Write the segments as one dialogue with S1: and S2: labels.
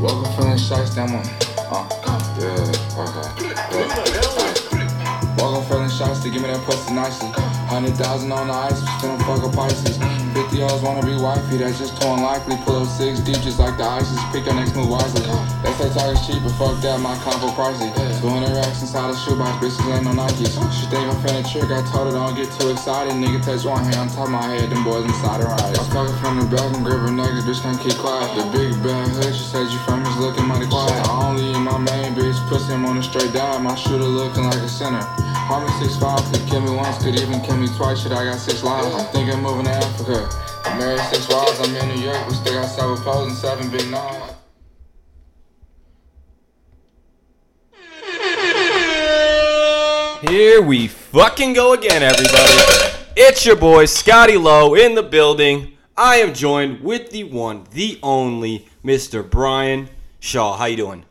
S1: Welcome from the shots that one. Uh, yeah, okay. Yeah. Welcome from the shots to give me that pussy nicely. Hundred thousand on the ice, spinning fuck up Pisces. Fifty yards wanna be wifey, that's just too unlikely. Pull up six deep just like the ISIS. Pick your next move wisely. They say talk is cheap, but fuck that, my combo pricey. Two hundred racks inside a shoebox, bitches ain't no Nikes. She think I'm finna trick, I told her don't get too excited. Nigga touch one hand on top of my head, them boys inside her eyes. I'm fucking from the back and grip her niggas, bitch can't keep quiet. The big bad hood, she said you from is looking mighty quiet. I only in my main bitch, puts him on a straight dive. My shooter looking like a center. Harmon 6'5, could kill me once, could even kill me twice. Shit, I got six lives. I think I'm moving to Africa. I'm married six wives, I'm in New York. We still got seven poles and seven big nines.
S2: Here we fucking go again, everybody. It's your boy Scotty Lowe in the building. I am joined with the one, the only, Mr. Brian Shaw. How you doing?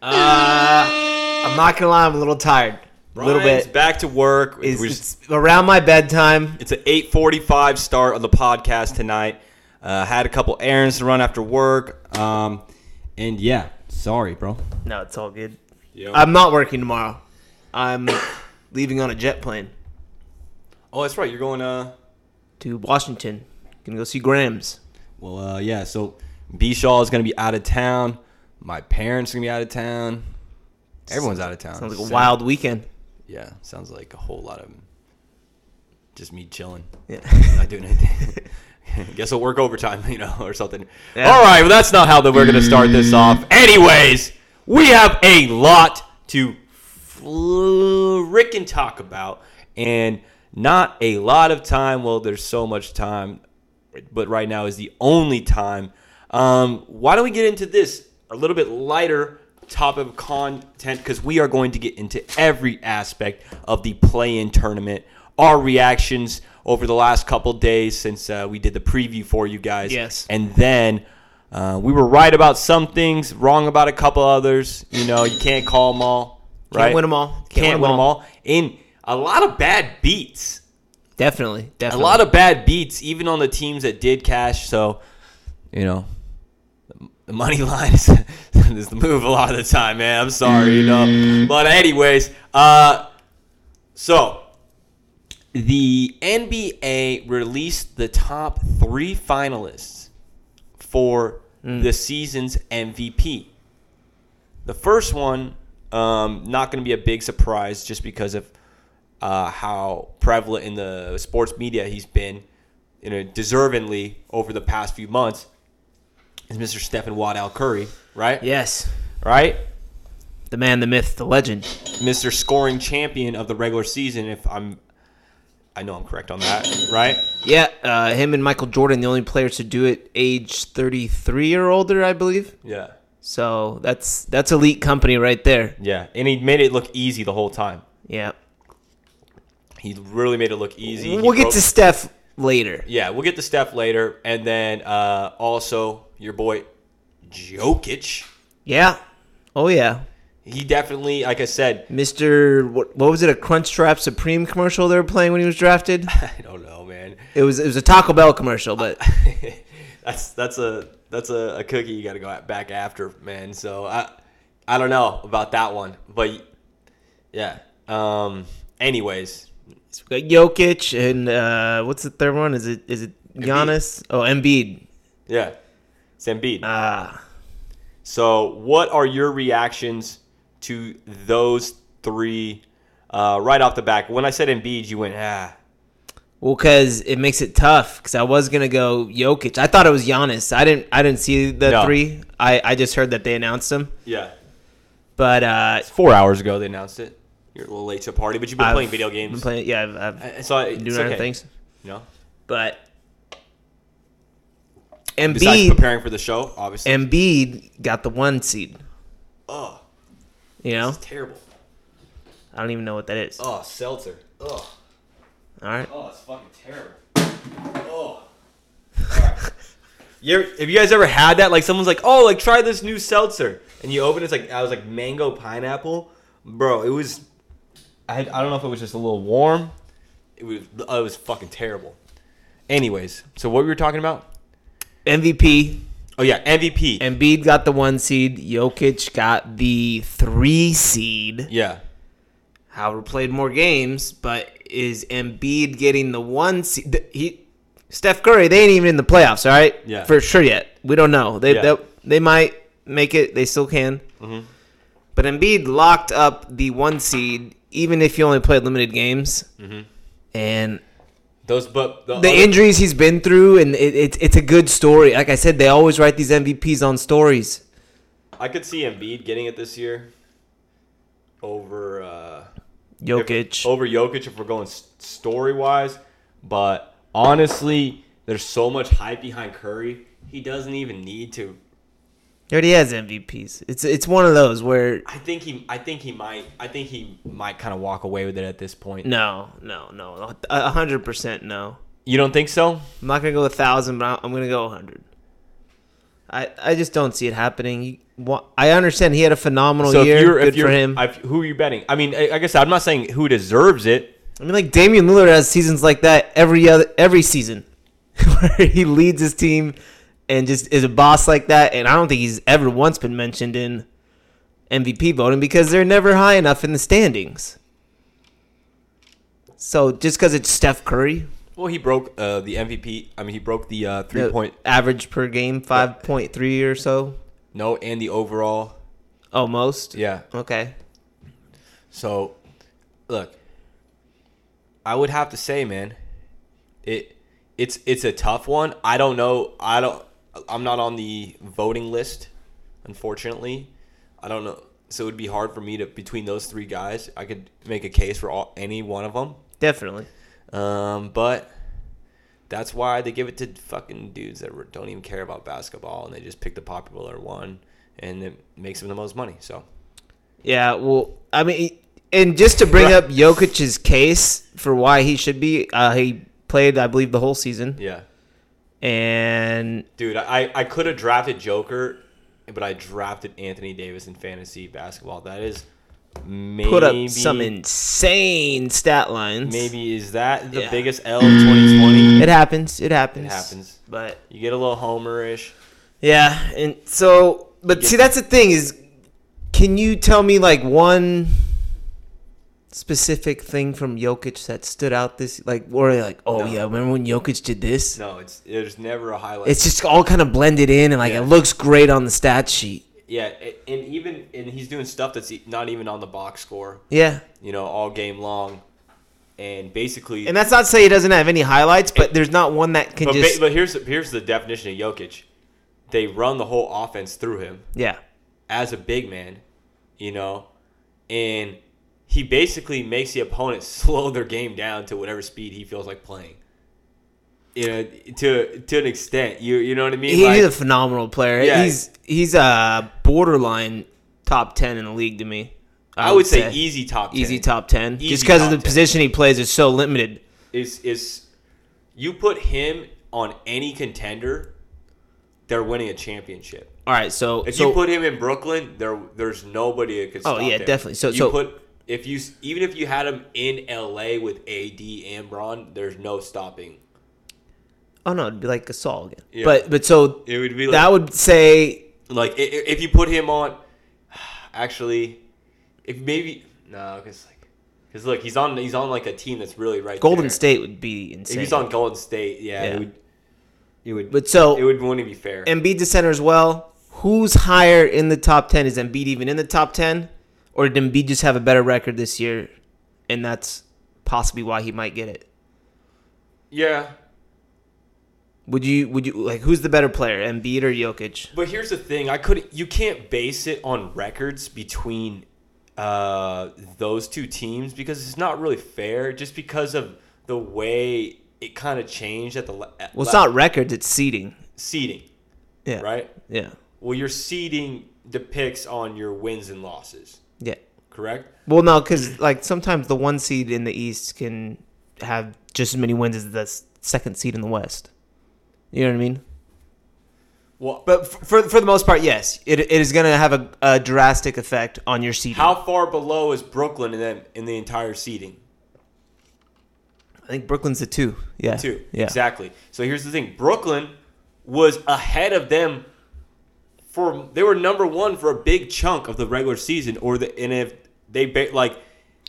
S3: I'm not gonna lie, I'm a little tired. A little
S2: Brian's
S3: bit.
S2: Back to work.
S3: It's,
S2: We're just-
S3: it's around my bedtime.
S2: it's an 8:45 start of the podcast tonight. Uh, had a couple errands to run after work. Um, and yeah, sorry, bro.
S3: No, it's all good.
S2: Yeah.
S3: I'm not working tomorrow. I'm leaving on a jet plane
S2: oh, that's right. You're going. Uh,
S3: to Washington. Gonna go see Grams.
S2: well, uh, yeah. So B Shaw is gonna be out of town. My parents are gonna be out of town. Everyone's out of town.
S3: Sounds like a
S2: So-
S3: wild weekend.
S2: Yeah, sounds like a whole lot of just me chilling,
S3: Yeah.
S2: not doing anything. Guess I'll work overtime, you know, or something.
S3: Yeah.
S2: All right, well, that's not how that we're gonna start this off. Anyways, we have a lot to frickin' talk about, and not a lot of time. Well, there's so much time, but right now is the only time. Um, why don't we get into this a little bit lighter top of content because we are going to get into every aspect of the play-in tournament, our reactions over the last couple days since uh, we did the preview for you guys.
S3: Yes.
S2: and then. Uh, we were right about some things, wrong about a couple others. You know, you can't call them all.
S3: Can't
S2: right?
S3: win 'em all.
S2: Can't, win them all. In a lot of bad beats.
S3: Definitely.
S2: A
S3: Definitely.
S2: lot of bad beats, even on the teams that did cash. So, you know, the money line is, is the move a lot of the time, man. I'm sorry, you know. But anyways, uh, so the NBA released the top three finalists for
S3: Mm.
S2: the season's MVP. The first one, um, not going to be a big surprise just because of uh, how prevalent in the sports media he's been, you know, deservingly over the past few months, is Mr. Stephen Waddell Curry, right?
S3: Yes.
S2: Right?
S3: The man, the myth, the legend.
S2: Mr. Scoring Champion of the regular season, if I'm, I know I'm correct on that, right?
S3: Yeah, uh, him and Michael Jordan, the only players to do it age 33 or older, I believe.
S2: Yeah.
S3: So that's that's elite company right there.
S2: Yeah. And he made it look easy the whole time.
S3: Yeah.
S2: He really made it look easy. He
S3: We'll get
S2: broke-
S3: to Steph later.
S2: Yeah, we'll get to Steph later. And then uh, also your boy Jokic.
S3: Yeah. Oh yeah.
S2: He definitely, like I said,
S3: Mr. What, what was it? A Crunchwrap Supreme commercial they were playing when he was drafted.
S2: I don't know, man.
S3: It was it was a Taco Bell commercial, but
S2: that's that's a that's a, a cookie you got to go at, back after, man. So I I don't know about that one, but yeah. Um. Anyways,
S3: it's got Jokic and uh, what's the third one? Is it is it Giannis? Oh, Embiid.
S2: yeah, it's Embiid.
S3: Ah,
S2: so what are your reactions to those three? Uh, right off the back, when I said Embiid, you went ah.
S3: well, because it makes it tough. Because I was gonna go Jokic. I thought it was Giannis. I didn't I didn't see the
S2: No.
S3: three. I I just heard that they announced him.
S2: Yeah.
S3: But uh,
S2: Four hours ago they announced it. You're a little late to a party, but you've been
S3: I've
S2: playing video games.
S3: Been playing, yeah, I've, I've
S2: I- I saw it.
S3: been
S2: it's
S3: doing other
S2: okay.
S3: things.
S2: You know,
S3: But
S2: besides
S3: Embiid
S2: preparing for the show, obviously.
S3: Embiid got the one seed.
S2: oh,
S3: You
S2: this
S3: know,
S2: is terrible.
S3: I don't even know what that is. All
S2: Oh, seltzer. Oh,
S3: right.
S2: oh, it's fucking terrible. Oh. you ever- have you guys ever had that? Like someone's like, "Oh, like try this new seltzer," and you open it, it's like I was like mango pineapple, bro. It was, I had, I don't know if it was just a little warm. It was it was fucking terrible. Anyways, so what we were talking about?
S3: MVP
S2: Oh yeah, MVP.
S3: Embiid got the one seed. Jokic got the three seed.
S2: yeah.
S3: Howard played more games, but is Embiid getting the one seed? th- He, Steph Curry, they ain't even in the playoffs, all right?
S2: Yeah.
S3: For sure yet. We don't know. They
S2: Yeah. Mm-hmm.
S3: they, they might make it. They still can. But Embiid locked up the one seed, even if he only played limited games.
S2: Mm-hmm.
S3: And
S2: Those but the, other-
S3: the injuries he's been through, and it, it's it's a good story. Like I said, they always write these MVPs on stories.
S2: I could see Embiid getting it this year over uh
S3: Jokic.
S2: If, over Jokic if we're going story wise, but honestly, there's so much hype behind Curry. He doesn't even need to.
S3: He already has MVPs. It's it's one of those where
S2: I think he. I think he might. I think he might kind of walk away with it at this point.
S3: no, no, no, a hundred percent no.
S2: You don't think so?
S3: I'm not gonna go a thousand, but I- I'm gonna go a hundred. I I just don't see it happening. You- wha- I understand he had a phenomenal
S2: so
S3: year. Good for him. I,
S2: I've- who are you betting? I mean, I, I guess I'm not saying who deserves it.
S3: mean, like Damian Lillard has seasons like that every other every season, where he leads his team and just is a boss like that. And I don't think he's ever once been mentioned in MVP voting because they're never high enough in the standings. So just because it's Steph Curry,
S2: Well, he broke uh, the MVP. I mean, he broke the uh, three
S3: the
S2: point
S3: average per game, five point three or so,
S2: no and the overall.
S3: almost.
S2: Yeah.
S3: Okay.
S2: So, look, I would have to say, man, it it's it's a tough one. I don't know. I don't. I'm not on the voting list, unfortunately. I don't know. So it would be hard for me to between those three guys. I could make a case for all, any one of them.
S3: Definitely.
S2: Um, but that's why they give it to fucking dudes that re- don't even care about basketball and they just pick the popular one and it makes them the most money. So
S3: Yeah, well, I mean, and just to bring up Jokic's case for why he should be, uh, he played, I believe, the whole season.
S2: yeah.
S3: And
S2: Dude, I, I could have drafted Joker, but I drafted Anthony Davis in fantasy basketball. That is maybe
S3: put up some insane stat lines.
S2: maybe is that the
S3: Yeah.
S2: biggest L of 2020?
S3: It happens. It happens.
S2: It happens.
S3: But
S2: You get a little homerish.
S3: yeah, and so, but see, that's the thing is, can you tell me like one specific thing from Jokic that stood out this like, or like, oh
S2: No.
S3: yeah, remember when Jokic did this?
S2: No, it's there's never a highlight.
S3: It's just all kind of blended in, and like
S2: Yeah.
S3: it looks great on the stat sheet.
S2: yeah, a- and even and he's doing stuff that's e- not even on the box score.
S3: Yeah.
S2: You know, all game long, and basically.
S3: And that's not to say he doesn't have any highlights, but there's not one that can
S2: but, ba-
S3: just
S2: but here's here's the definition of Jokic. They run the whole offense through him.
S3: yeah.
S2: as a big man, you know, and he basically makes the opponent slow their game down to whatever speed he feels like playing. You know, to to an extent, you you know what I mean.
S3: He-
S2: Like,
S3: he's a phenomenal player.
S2: Yeah.
S3: He's he's a borderline top 10 in the league to me.
S2: I would say, easy top 10
S3: easy top 10
S2: Easy
S3: just because of
S2: top 10.
S3: the position he plays is so limited.
S2: is is you put him on any contender, they're winning a championship.
S3: All right, so
S2: If
S3: so
S2: you put him in Brooklyn, there there's nobody that could.
S3: Oh,
S2: Stop
S3: yeah,
S2: him.
S3: definitely. So-
S2: you
S3: so-
S2: put if you s- even if you had him in L.A. with A.D. and Bron, there's no stopping.
S3: oh no, it'd be like Gasol again.
S2: Yeah.
S3: But but so
S2: It would be like,
S3: that would say
S2: like i- i- if you put him on actually if maybe no because like because look he's on he's on like a team that's really right there.
S3: Golden State would be
S2: if
S3: insane.
S2: he's on golden state yeah,
S3: Yeah.
S2: it would it would
S3: but so
S2: it would wouldn't be fair
S3: Embiid's a center as well. Who's higher in the top ten? Is Embiid even in the top ten, or did Embiid just have a better record this year, and that's possibly why he might get it?
S2: yeah
S3: Would you? Would you like? Who's the better player, Embiid or Jokic?
S2: but here's the thing i couldn't you can't base it on records between uh those two teams because it's not really fair just because of the way it kind of changed at the la- at
S3: Well, it's
S2: la-
S3: not records; it's seeding.
S2: seeding
S3: Yeah.
S2: right
S3: Yeah.
S2: Well, your seeding depicts on your wins and losses,
S3: Yeah.
S2: correct?
S3: Well, no, because like sometimes the one seed in the East can have just as many wins as the s- second seed in the West. You know what I mean?
S2: Well,
S3: But f- for for the most part, yes, it it is going to have a, a drastic effect on your seeding.
S2: how far below is Brooklyn in them in the entire seeding?
S3: I think Brooklyn's a two. Yeah.
S2: Two,
S3: Yeah.
S2: exactly. So here's the thing: Brooklyn was ahead of them for they were number one for a big chunk of the regular season, or the and if they ba- like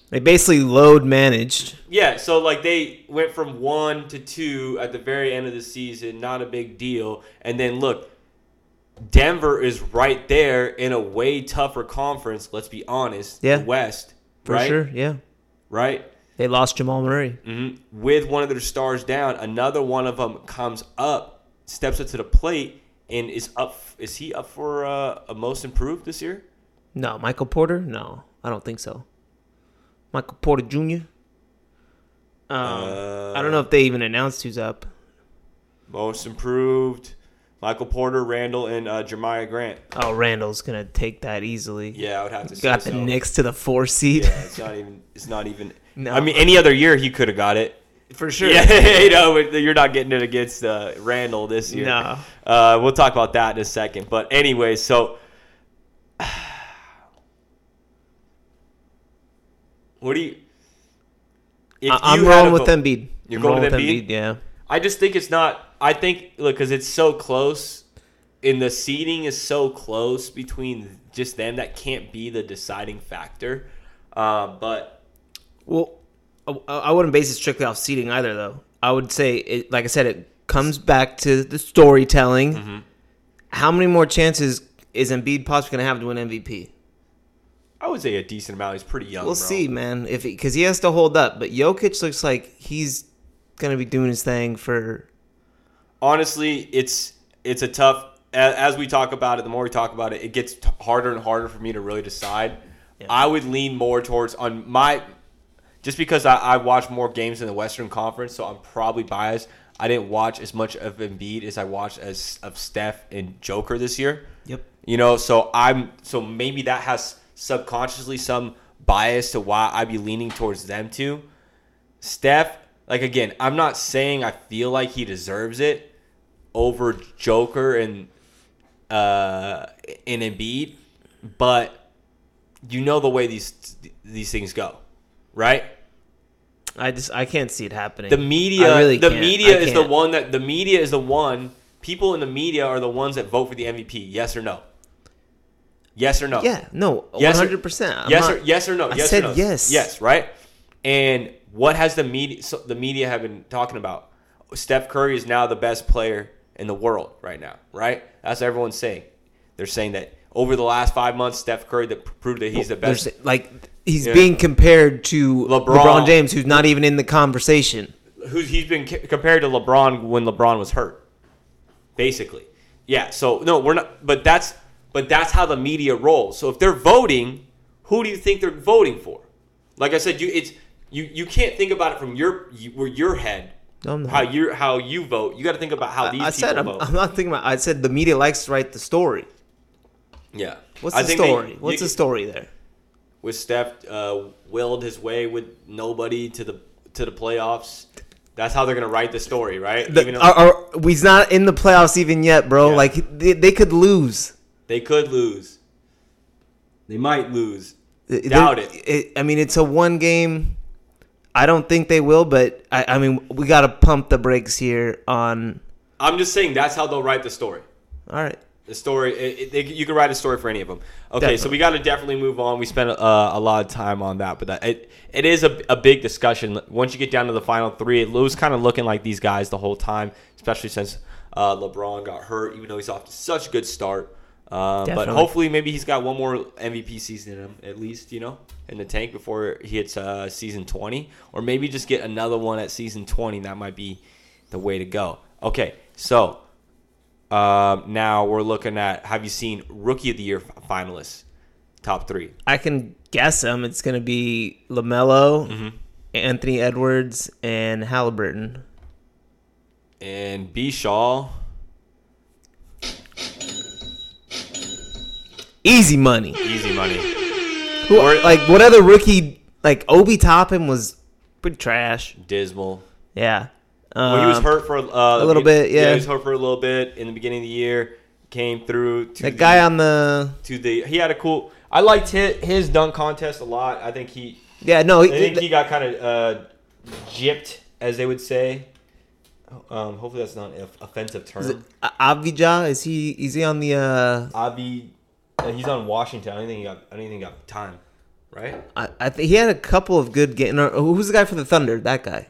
S3: They basically load managed.
S2: yeah, so like they went from one to two at the very end of the season, not a big deal. And then look, Denver is right there in a way tougher conference. Let's be honest, the
S3: Yeah.
S2: West,
S3: For
S2: right,
S3: sure, yeah.
S2: right, Mm-hmm.
S3: They lost Jamal Murray.
S2: with one of their stars down, another one of them comes up, steps up to the plate, and is up. Is he up for uh, a most improved this year?
S3: No, Michael Porter? No, I don't think so. Michael Porter Jr. Um, I don't know if they even announced who's up.
S2: Uh, Most improved, Michael Porter, Randall, and uh, Jeremiah Grant.
S3: Oh, Randall's gonna take that easily.
S2: Yeah, I would have to
S3: Got
S2: say
S3: the
S2: so.
S3: Knicks to the four seed
S2: Yeah, it's not even. It's not even.
S3: No.
S2: I mean, any other year he could have got it.
S3: for sure.
S2: Yeah, you know, but you're not getting it against uh, Randall this year.
S3: No.
S2: Uh, we'll talk about that in a second. But anyway, so what do you? If
S3: I- I'm
S2: you had
S3: rolling
S2: a
S3: with
S2: vo-
S3: Embiid.
S2: You're
S3: I'm
S2: going
S3: rolling
S2: with Embiid?
S3: Yeah,
S2: I just think it's not. I think look because it's so close, and the seating is so close between just them that can't be the deciding factor. Uh, but
S3: Well, I, I wouldn't base it strictly off seating either, though. I would say, it, like I said, it comes back to the storytelling.
S2: Mm-hmm.
S3: How many more chances is Embiid possibly going to have to win MVP?
S2: I would say a decent amount. He's pretty young.
S3: We'll
S2: bro.
S3: see, man. If because he has to hold up, but Jokic looks like he's going to be doing his thing for.
S2: honestly, it's it's a tough. a- As we talk about it, the more we talk about it, it gets t- harder and harder for me to really decide. I would lean more towards on my, just because I, I watch more games in the Western Conference, so I'm probably biased. I didn't watch as much of Embiid as I watched as of Steph and Joker this year.
S3: Yep.
S2: You know, so I'm so maybe that has subconsciously some bias to why I'd be leaning towards them too. Steph, like again, I'm not saying I feel like he deserves it over Joker and uh and Embiid, but you know the way these these things go, right?
S3: I just I can't see it happening.
S2: The media,
S3: I really
S2: the
S3: can't.
S2: media
S3: I
S2: is the
S3: can't.
S2: one that the media is the one. People in the media are the ones that vote for the MVP. Yes or no? Yes or no?
S3: Yeah, no, one
S2: Yes or-
S3: hundred percent.
S2: yes or yes or no?
S3: I
S2: yes
S3: said
S2: or no.
S3: yes.
S2: Yes, right? And what has the media so the media have been talking about? Steph Curry is now the best player in the world right now, right? That's what everyone's saying. They're saying that over the last five months, Steph Curry that proved that he's the best.
S3: There's- like he's
S2: Yeah.
S3: being compared to
S2: LeBron.
S3: LeBron. James, who's not even in the conversation.
S2: Who he's been c- compared to LeBron when LeBron was hurt, basically. Yeah. So no, we're not. But that's but that's how the media rolls. So if they're voting, who do you think they're voting for? Like I said, you it's you you can't think about it from your you, where your head
S3: No, I'm not.
S2: how you how you vote. You got to think about how these
S3: I
S2: people
S3: said I'm,
S2: vote.
S3: I'm not thinking about. I said the media likes to write the story.
S2: yeah.
S3: What's
S2: I
S3: the
S2: think they-
S3: story?
S2: you
S3: What's the
S2: can-
S3: story there?
S2: With Steph uh, willed his way with nobody to the to the playoffs. That's how they're gonna write the story, right?
S3: The,
S2: Even though-
S3: are, are, we's not in the playoffs even yet, bro.
S2: Yeah.
S3: Like they, they could lose.
S2: They could lose. They might lose.
S3: They're-
S2: Doubt it.
S3: I mean, it's a one game. I don't think they will, but I, I mean, we got to pump the brakes here on.
S2: I'm just saying that's how they'll write the story.
S3: All right.
S2: The story, it, it, they, you can write a story for any of them. Okay, so
S3: Definitely.
S2: we got to definitely move on. We spent uh, a lot of time on that, but that, it it is a, a big discussion. Once you get down to the final three, it was kind of looking like these guys the whole time, especially since uh, LeBron got hurt, even though he's off to such a good start. Uh, but
S3: Definitely.
S2: hopefully, maybe he's got one more MVP season in him, at least, you know, in the tank before he hits uh, season 20. Or maybe just get another one at season 20. That might be the way to go. Okay, so um, now we're looking at have you seen rookie of the year finalists? Top three.
S3: I can guess them. It's going to be LaMelo,
S2: Mm-hmm.
S3: Anthony Edwards, and Halliburton.
S2: And B. Shaw.
S3: Easy money.
S2: Easy money.
S3: Who, like, what other rookie? Like, Obi Toppin was pretty trash.
S2: Dismal.
S3: Yeah.
S2: Well, he was
S3: Um,
S2: hurt for uh,
S3: a little bit, yeah.
S2: he was hurt for a little bit in the beginning of the year. Came through. To
S3: That
S2: the-
S3: guy on the
S2: to the he had a cool. I liked his, his dunk contest a lot. I think he
S3: yeah no
S2: I think
S3: he,
S2: he got kind of uh, gypped, as they would say. Um, hopefully that's not an offensive term.
S3: Is it A- Avija? uh, Is he? Is he on the? Uh,
S2: Avi, uh, he's on Washington. I don't think he got. I don't think he got time, right?
S3: I, I think he had a couple of good games. Who's the guy for the Thunder? That guy.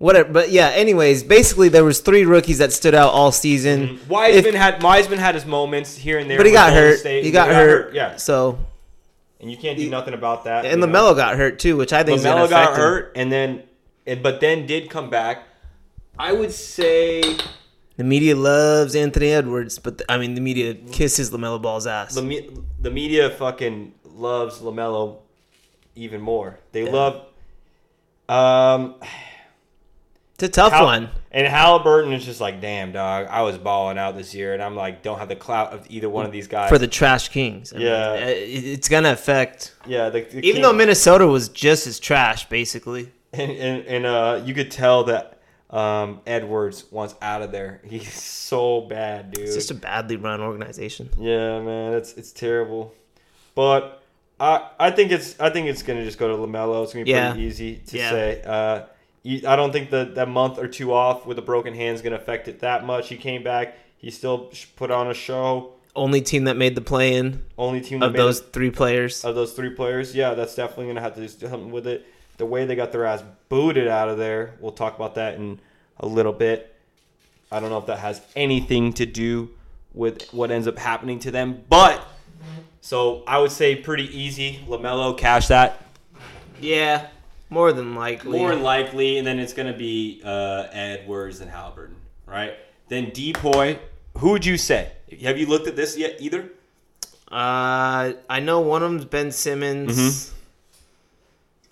S3: Whatever. But yeah. Anyways, basically there was three rookies that stood out all season. If-
S2: Mm-hmm. Wiseman had Wiseman had his moments here and there,
S3: but he
S2: with
S3: got
S2: Golden
S3: hurt.
S2: State.
S3: He got, hurt. Yeah.
S2: Yeah,
S3: So
S2: and you can't do nothing about that.
S3: and
S2: you know?
S3: Lamelo got hurt too, which I think is gonna
S2: Lamelo got
S3: affect him.
S2: hurt, and then, and, but then did come back. I would say
S3: The media loves Anthony Edwards, but the, I mean the media kisses Lamelo Ball's ass.
S2: the me- the media fucking loves Lamelo even more. They love. Um,
S3: it's a tough
S2: Hal-
S3: one.
S2: And Halliburton is just like, damn, dog, I was balling out this year, and I'm like, don't have the clout of either one of these guys.
S3: for the trash kings. I mean,
S2: Yeah.
S3: uh, it- it's gonna affect.
S2: yeah, the, the
S3: Even
S2: King-
S3: though Minnesota was just as trash, basically.
S2: and and, and uh, you could tell that um, Edwards wants out of there. He's so bad, dude.
S3: It's just a badly run organization.
S2: yeah, man, it's it's terrible. But I I think it's I think it's gonna just go to Lamelo. It's gonna be
S3: Yeah.
S2: pretty easy to
S3: Yeah.
S2: say. Uh, you, I don't think that that month or two off with a broken hand is gonna affect it that much. He came back. He still sh- put on a show.
S3: Only team that made the play in
S2: Only team that
S3: of
S2: made it- Uh,
S3: those three players.
S2: of those three players, yeah, that's definitely gonna have to do something with it. The way they got their ass booted out of there, we'll talk about that in a little bit. I don't know if that has anything to do with what ends up happening to them, but so I would say pretty easy. Lamelo cash that
S3: Yeah, more than likely.
S2: more than likely, and then it's gonna be uh, Edwards and Halliburton, right? Then Depoy. Who would you say? Have you looked at this yet? Either
S3: uh, I know one of them's Ben Simmons.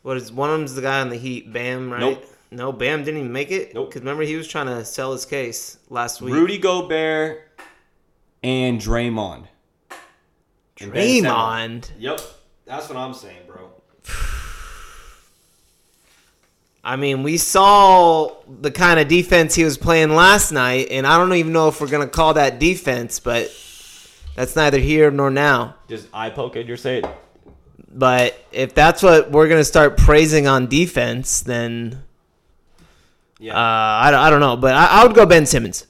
S3: What is one of them's the guy on the Heat? Bam, right?
S2: Nope.
S3: No, Bam didn't even make it.
S2: Nope.
S3: Because remember he was trying to sell his case last week.
S2: Rudy Gobert and Draymond. And Ben Simmons.
S3: Draymond.
S2: Yep, that's what I'm saying, bro.
S3: I mean, we saw the kind of defense he was playing last night, and I don't even know if we're gonna call that defense, but that's neither here nor now.
S2: Just eye poke at your say it.
S3: But if that's what we're gonna start praising on defense, then uh,
S2: Yeah,
S3: I, don't- I don't know. But I, I would go Ben Simmons.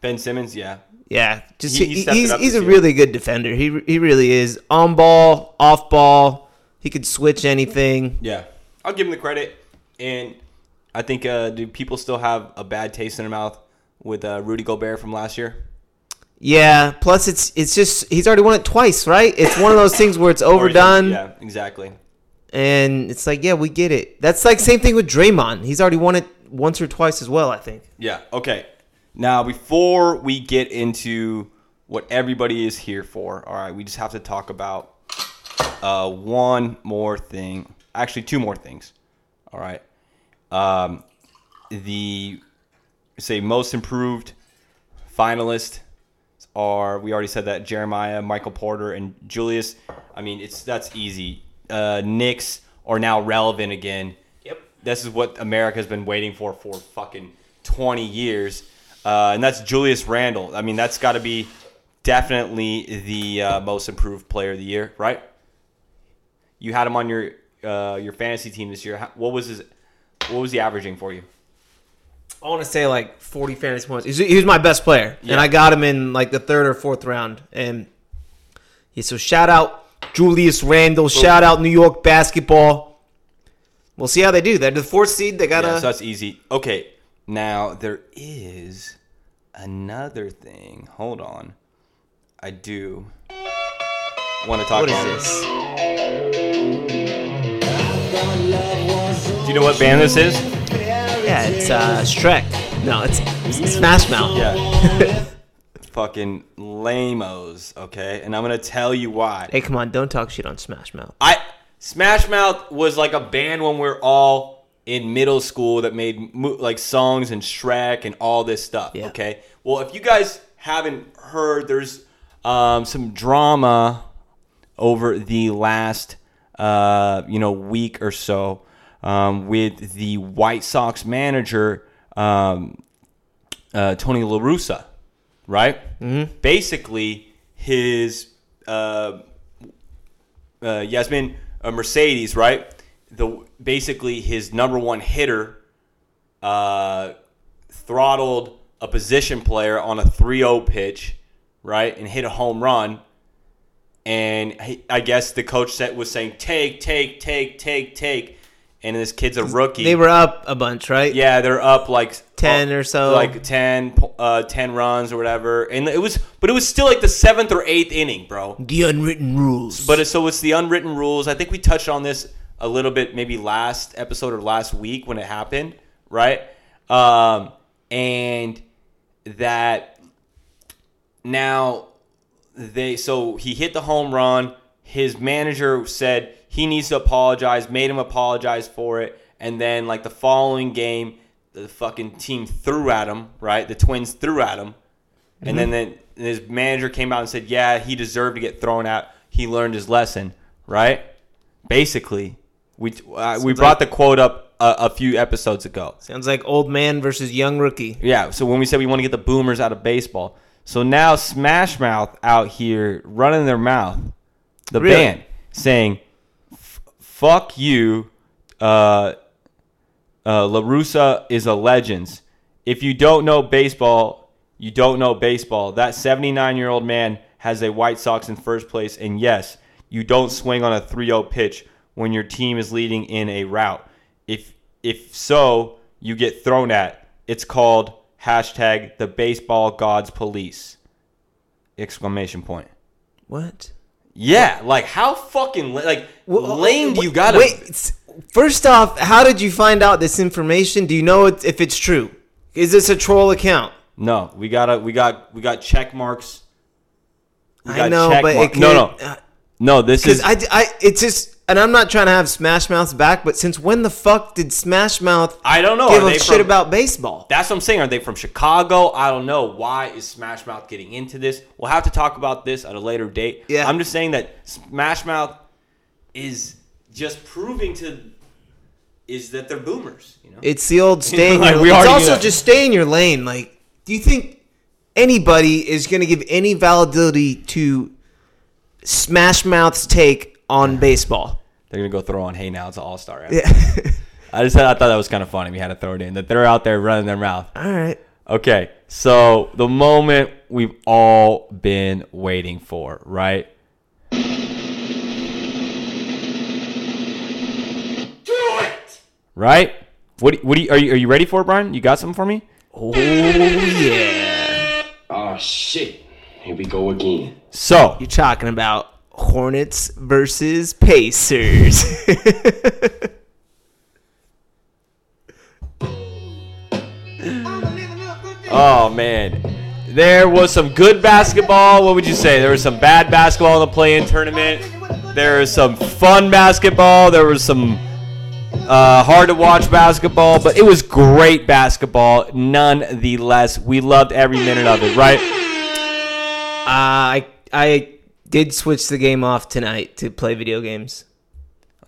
S2: Ben Simmons. Yeah,
S3: Yeah, just
S2: He-
S3: he,
S2: he stepped it
S3: he's
S2: up
S3: he's
S2: this
S3: a
S2: year.
S3: really good defender. He he really is on ball, off ball. He could switch anything.
S2: yeah. I'll give him the credit, and I think uh, do people still have a bad taste in their mouth with uh, Rudy Gobert from last year?
S3: Yeah. Plus, it's it's just he's already won it twice, right? It's one of those things where it's overdone.
S2: Yeah, exactly.
S3: And it's like, yeah, we get it. That's like same thing with Draymond. He's already won it once or twice as well, I think.
S2: Yeah. Okay. Now, before we get into what everybody is here for, all right, we just have to talk about uh, one more thing. Actually, two more things. All right. Um, the say most improved finalists are we already said that Jeremiah, Michael Porter, and Julius. I mean, it's that's easy. Uh, Knicks are now relevant again. Yep. This is what America's been waiting for for fucking twenty years, uh, and that's Julius Randle. I mean, that's got to be definitely the uh, most improved player of the year, right? You had him on your uh, your fantasy team this year. How, what was his? What was he averaging for you?
S3: I want to say like 40 fantasy points. He's- He was my best player,
S2: Yeah.
S3: and I got him in like the third or fourth round. And yeah, so shout out Julius Randle. Shout out New York basketball. We'll see how they do. They're the fourth seed. They gotta.
S2: Yeah, so that's easy. Okay, now there is another thing. Hold on, I do want to talk
S3: what is
S2: about
S3: this?
S2: Do you know what band this is?
S3: Yeah, it's uh, Shrek. No, it's, it's Smash Mouth.
S2: Yeah. Fucking lamos, okay? And I'm gonna tell you why.
S3: Hey, come on! Don't talk shit on Smash Mouth.
S2: I Smash Mouth was like a band when we are all in middle school that made mo- like songs and Shrek and all this stuff.
S3: Yeah.
S2: Okay. Well, if you guys haven't heard, there's um, some drama over the last uh, you know week or so um, with the White Sox manager um, uh, Tony La Russa, right? Mm-hmm. Basically, his. Uh, uh, Yasmin uh, Mercedes, right? The basically his number one hitter, uh, throttled a position player on a 3-0 pitch, right, and hit a home run. And he, I guess the coach said was saying take, take, take, take, take, and this kid's a rookie.
S3: They were up a bunch, right?
S2: Yeah, they're up like oh,
S3: 10 or so.
S2: like 10, uh, 10 runs or whatever. And it was, but it was still like the seventh or eighth inning, bro.
S3: The unwritten rules.
S2: But it's, so it's the unwritten rules. I think we touched on this a little bit maybe last episode or last week when it happened, right? Um, and that now they so he hit the home run. His manager said he needs to apologize, made him apologize for it, and then like the following game, the fucking team threw at him, right? The Twins threw at him, and then then his manager came out and said, "Yeah, he deserved to get thrown out. He learned his lesson, right?" Basically, we uh, we
S3: Sounds
S2: brought
S3: like-
S2: the quote up a, a few episodes ago.
S3: Sounds like old man versus young rookie.
S2: Yeah, so when we said we want to get the boomers out of baseball, so now Smash Mouth out here running their mouth, the
S3: Really?
S2: band saying, "F- "Fuck you, uh, uh, Larusa is a legend. If you don't know baseball, you don't know baseball. That 79 year old man has a White Sox in first place, and yes, you don't swing on a 3-0 pitch when your team is leading in a rout. If if so, you get thrown at. It's called hashtag the baseball gods police exclamation point.
S3: What?
S2: Yeah, like how fucking la- like lame do you gotta
S3: uh, Wait. s- First off, how did you find out this information? Do you know it, if it's true? Is this a troll account?
S2: No, we gotta we got we got check marks. We
S3: I know,
S2: check
S3: but
S2: mark-
S3: it
S2: no, no, no. This
S3: Because
S2: is
S3: I, I, it's just, and I'm not trying to have Smash Mouth's back, but since when the fuck did Smash Mouth
S2: I don't know.
S3: give
S2: Are
S3: a
S2: they
S3: shit
S2: from-
S3: about baseball?
S2: That's what I'm saying. Are they from Chicago? I don't know. Why is Smash Mouth getting into this? We'll have to talk about this at a later date.
S3: Yeah.
S2: I'm just saying that Smash Mouth is just proving to is that they're boomers. You know.
S3: It's the old stay. in
S2: Like,
S3: your,
S2: we
S3: it's
S2: already knew
S3: also
S2: that.
S3: just stay in your lane. Like, do you think anybody is going to give any validity to Smash Mouth's take on baseball?
S2: they're gonna go throw on. Hey, now it's an All Star.
S3: Yeah.
S2: I just I thought that was kind of funny. We had to throw it in that they're out there running their mouth.
S3: All right.
S2: Okay, so the moment we've all been waiting for, right? Right? What? What do you, are you? Are you ready for it, Brian? You got something for me?
S3: Oh yeah.
S4: Oh shit. Here we go again.
S2: So
S3: You're talking about Hornets versus Pacers. Uh,
S2: Oh man, there was some good basketball. What would you say? There was some bad basketball in the play-in tournament. There was some fun basketball. There was some uh, hard-to-watch basketball, but it was great basketball nonetheless. We loved every minute of it, right?
S3: I I did switch the game off tonight to play video games.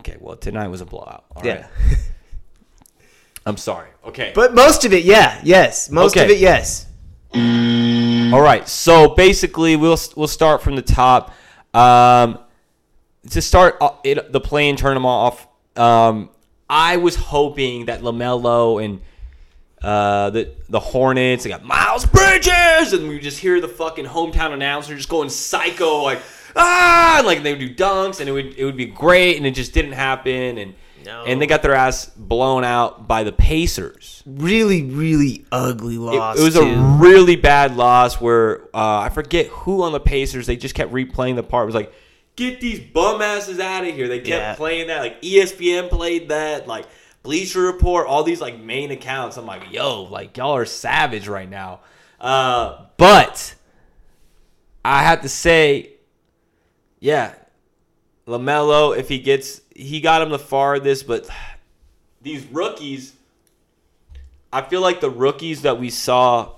S2: Okay, well tonight was a blowout. All
S3: Yeah.
S2: right. I'm sorry. Okay.
S3: But most of it, yeah, yes. Most of
S2: Okay.
S3: it, yes.
S2: All right. So basically, we'll we'll start from the top. Um, to start uh, it, the playing tournament off, um, I was hoping that Lamelo and uh, the the Hornets they got Miles Bridges, and we just hear the fucking hometown announcer just going psycho, like ah, and, like they would do dunks, and it would it would be great, and it just didn't happen, and
S3: No.
S2: and they got their ass blown out by the Pacers
S3: Really, really ugly
S2: it-
S3: loss.
S2: It, was
S3: too.
S2: a really bad loss where uh, I forget who on the Pacers. They just kept replaying the part. It was like, get these bum asses out of here. They kept
S3: Yeah.
S2: playing that. Like E ESPN played that. Like Bleacher Report. All these like main accounts. I'm like, yo, like y'all are savage right now. Uh, but I have to say, yeah, Lamelo. If he gets, he got him the farthest, but these rookies. I feel like the rookies that we saw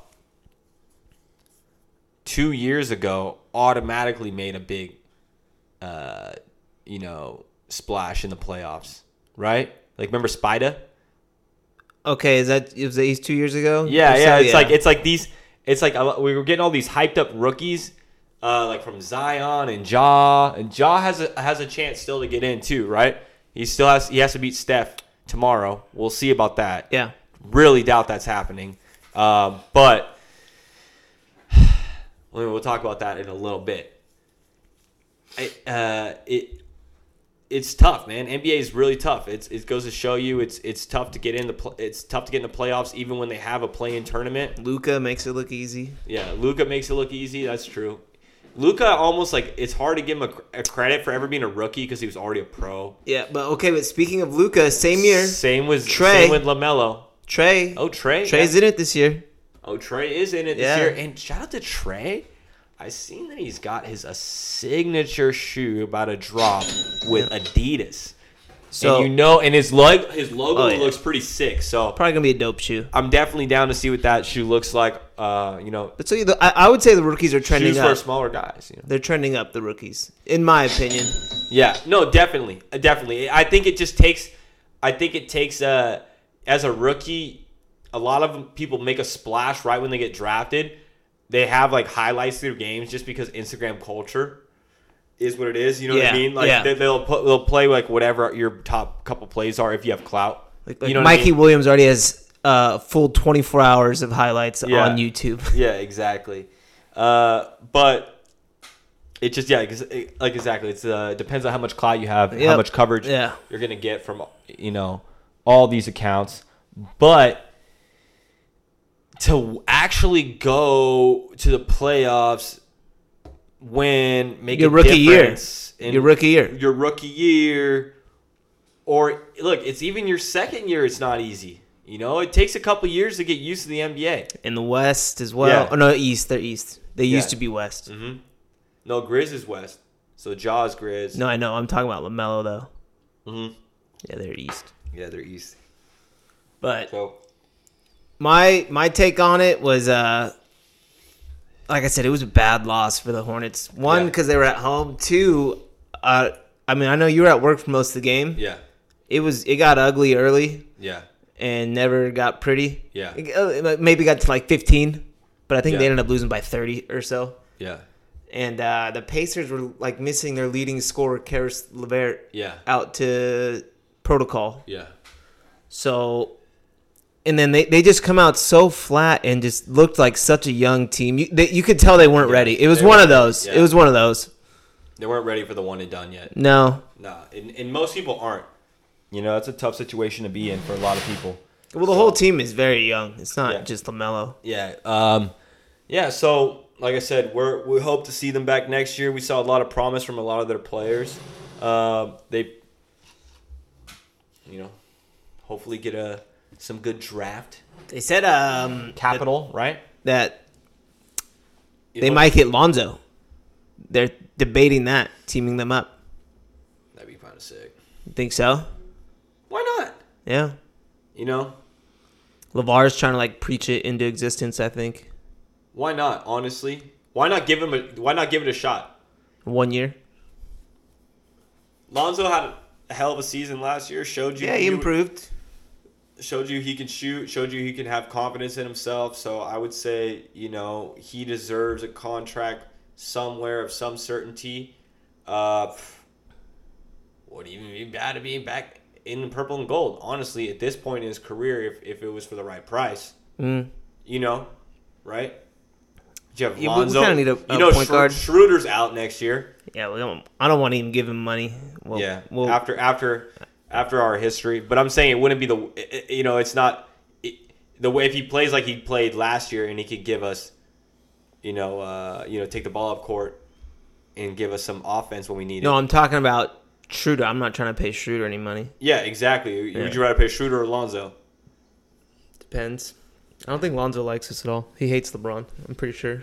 S2: two years ago automatically made a big, uh, you know, splash in the playoffs, right? Like remember Spida?
S3: okay. Is that was that he's two years ago?
S2: Yeah,
S3: Or so,
S2: yeah. It's like it's like these. It's like uh, we were getting all these hyped up rookies, uh, like from Zion and Ja, and Ja has a has a chance still to get in too, right? He still has he has to beat Steph tomorrow. We'll see about that.
S3: yeah.
S2: Really doubt that's happening. Um, but I mean, we'll talk about that in a little bit. I, uh, it it's tough, man. NBA is really tough. It's it goes to show you it's it's tough to get in the pl- it's tough to get in the playoffs even when they have a play in tournament.
S3: Luca makes it look easy.
S2: Yeah, Luca makes it look easy. That's true. Luca almost like it's hard to give him a, cr- a credit for ever being a rookie because he was already a pro.
S3: Yeah, but okay. But speaking of Luca, same year
S2: Same with
S3: Trey.
S2: Same with Lamelo.
S3: Trey.
S2: Oh Trey.
S3: Trey's in it this year.
S2: Oh Trey is in it this
S3: Yeah.
S2: year. And shout out to Trey. I seen that he's got his a signature shoe about to drop with Adidas.
S3: So
S2: and you know, and his like his logo
S3: Oh, yeah.
S2: looks pretty sick. So
S3: probably gonna be a dope shoe.
S2: I'm definitely down to see what that shoe looks like. Uh, you know,
S3: But so you- I, I would say the rookies are trending
S2: shoes
S3: up.
S2: for smaller guys. You know.
S3: They're trending up. The rookies, in my opinion.
S2: Yeah, no, definitely, Uh, definitely. I think it just takes. I think it takes. Uh, as a rookie, a lot of people make a splash right when they get drafted. They have like highlights through games just because Instagram culture is what it is. You know what
S3: Yeah,
S2: I mean? Like
S3: yeah.
S2: they, they'll put, they'll play like whatever your top couple plays are if you have clout.
S3: Like,
S2: you know, what I
S3: Mikey
S2: mean?
S3: Williams already has uh, full 24 hours of highlights
S2: Yeah.
S3: on YouTube.
S2: Yeah, exactly. Uh, but it just yeah, ex- e, like exactly. It's uh, depends on how much clout you have, how
S3: Yep.
S2: much coverage
S3: Yeah.
S2: you're gonna get from you know all these accounts. But to actually go to the playoffs when make
S3: Your
S2: a
S3: rookie year.
S2: difference in
S3: Your rookie year.
S2: your rookie year or look it's even your second year it's not easy you know it takes a couple years to get used to the nba
S3: In the West as well.
S2: Yeah.
S3: Oh, no, East. They're East. They
S2: Yeah. Mm-hmm.
S3: used to be West.
S2: No, Grizz is West. So Jaws Grizz.
S3: No, I know. I'm talking about LaMelo, though. Mm-hmm. Yeah, they're East.
S2: Yeah, they're East.
S3: But
S2: So
S3: my my take on it was uh like I said, it was a bad loss for the Hornets. One,
S2: Yeah.
S3: because they were at home. Two, uh, I mean, I know you were at work for most of the game.
S2: yeah,
S3: It was it got ugly early.
S2: yeah,
S3: and never got pretty.
S2: Yeah.
S3: Uh, Maybe got to like 15, but I think they
S2: Yeah.
S3: ended up losing by 30 or so.
S2: yeah,
S3: And uh, the Pacers were like missing their leading scorer, Karis LeVert,
S2: yeah,
S3: out to protocol.
S2: yeah,
S3: So, and then they, they just come out so flat and just looked like such a young team. You, they, you could tell they weren't
S2: Yeah,
S3: ready. It was
S2: they
S3: one of
S2: weren't-
S3: those.
S2: yeah.
S3: It was one of those.
S2: They weren't ready for the one and done yet.
S3: No.
S2: Nah, and, and most people aren't. You know, it's a tough situation to be in for a lot of people.
S3: Well, the whole team is very young. It's not
S2: Yeah.
S3: just LaMelo.
S2: Yeah. Um, yeah. So, like I said, we're we hope to see them back next year. We saw a lot of promise from a lot of their players. Um, they, you know, hopefully get a some good draft
S3: They said um,
S2: capital, right?
S3: that
S2: You
S3: They
S2: know,
S3: might get Lonzo. They're debating that, teaming them up.
S2: That'd be kind of sick.
S3: Think so?
S2: Why not?
S3: Yeah.
S2: You know,
S3: LeVar's trying to like preach it into existence, I think.
S2: why not? Honestly, why not give him a why not give it a shot?
S3: One year.
S2: Lonzo had a hell of a season last year. Showed you, you-
S3: improved.
S2: Showed you he can shoot. Showed you he can have confidence in himself. So I would say, you know, he deserves a contract somewhere of some certainty. Uh, pff, would even be bad to be back in the purple and gold. Honestly, at this point in his career, if if it was for the right price,
S3: Mm.
S2: you know, right? You have
S3: Yeah, we- we
S2: Lonzo.
S3: kinda need a-
S2: you
S3: a
S2: know,
S3: point
S2: Schro-
S3: guard.
S2: Schroeder's out next year.
S3: Yeah, we don't. I don't want to even give him money. Well,
S2: yeah,
S3: Well,
S2: after after after our history, but I'm saying it wouldn't be the i- i- you know it's not it, the way if he plays like he played last year and he could give us you know uh, you know take the ball up court and give us some offense when we need
S3: no,
S2: it.
S3: I'm talking about Schroeder. I'm not trying to pay Schroeder any money.
S2: Yeah, exactly.
S3: Yeah.
S2: Would you rather play Schroeder or Lonzo?
S3: Depends. I don't think Lonzo likes us at all. He hates LeBron. I'm pretty sure.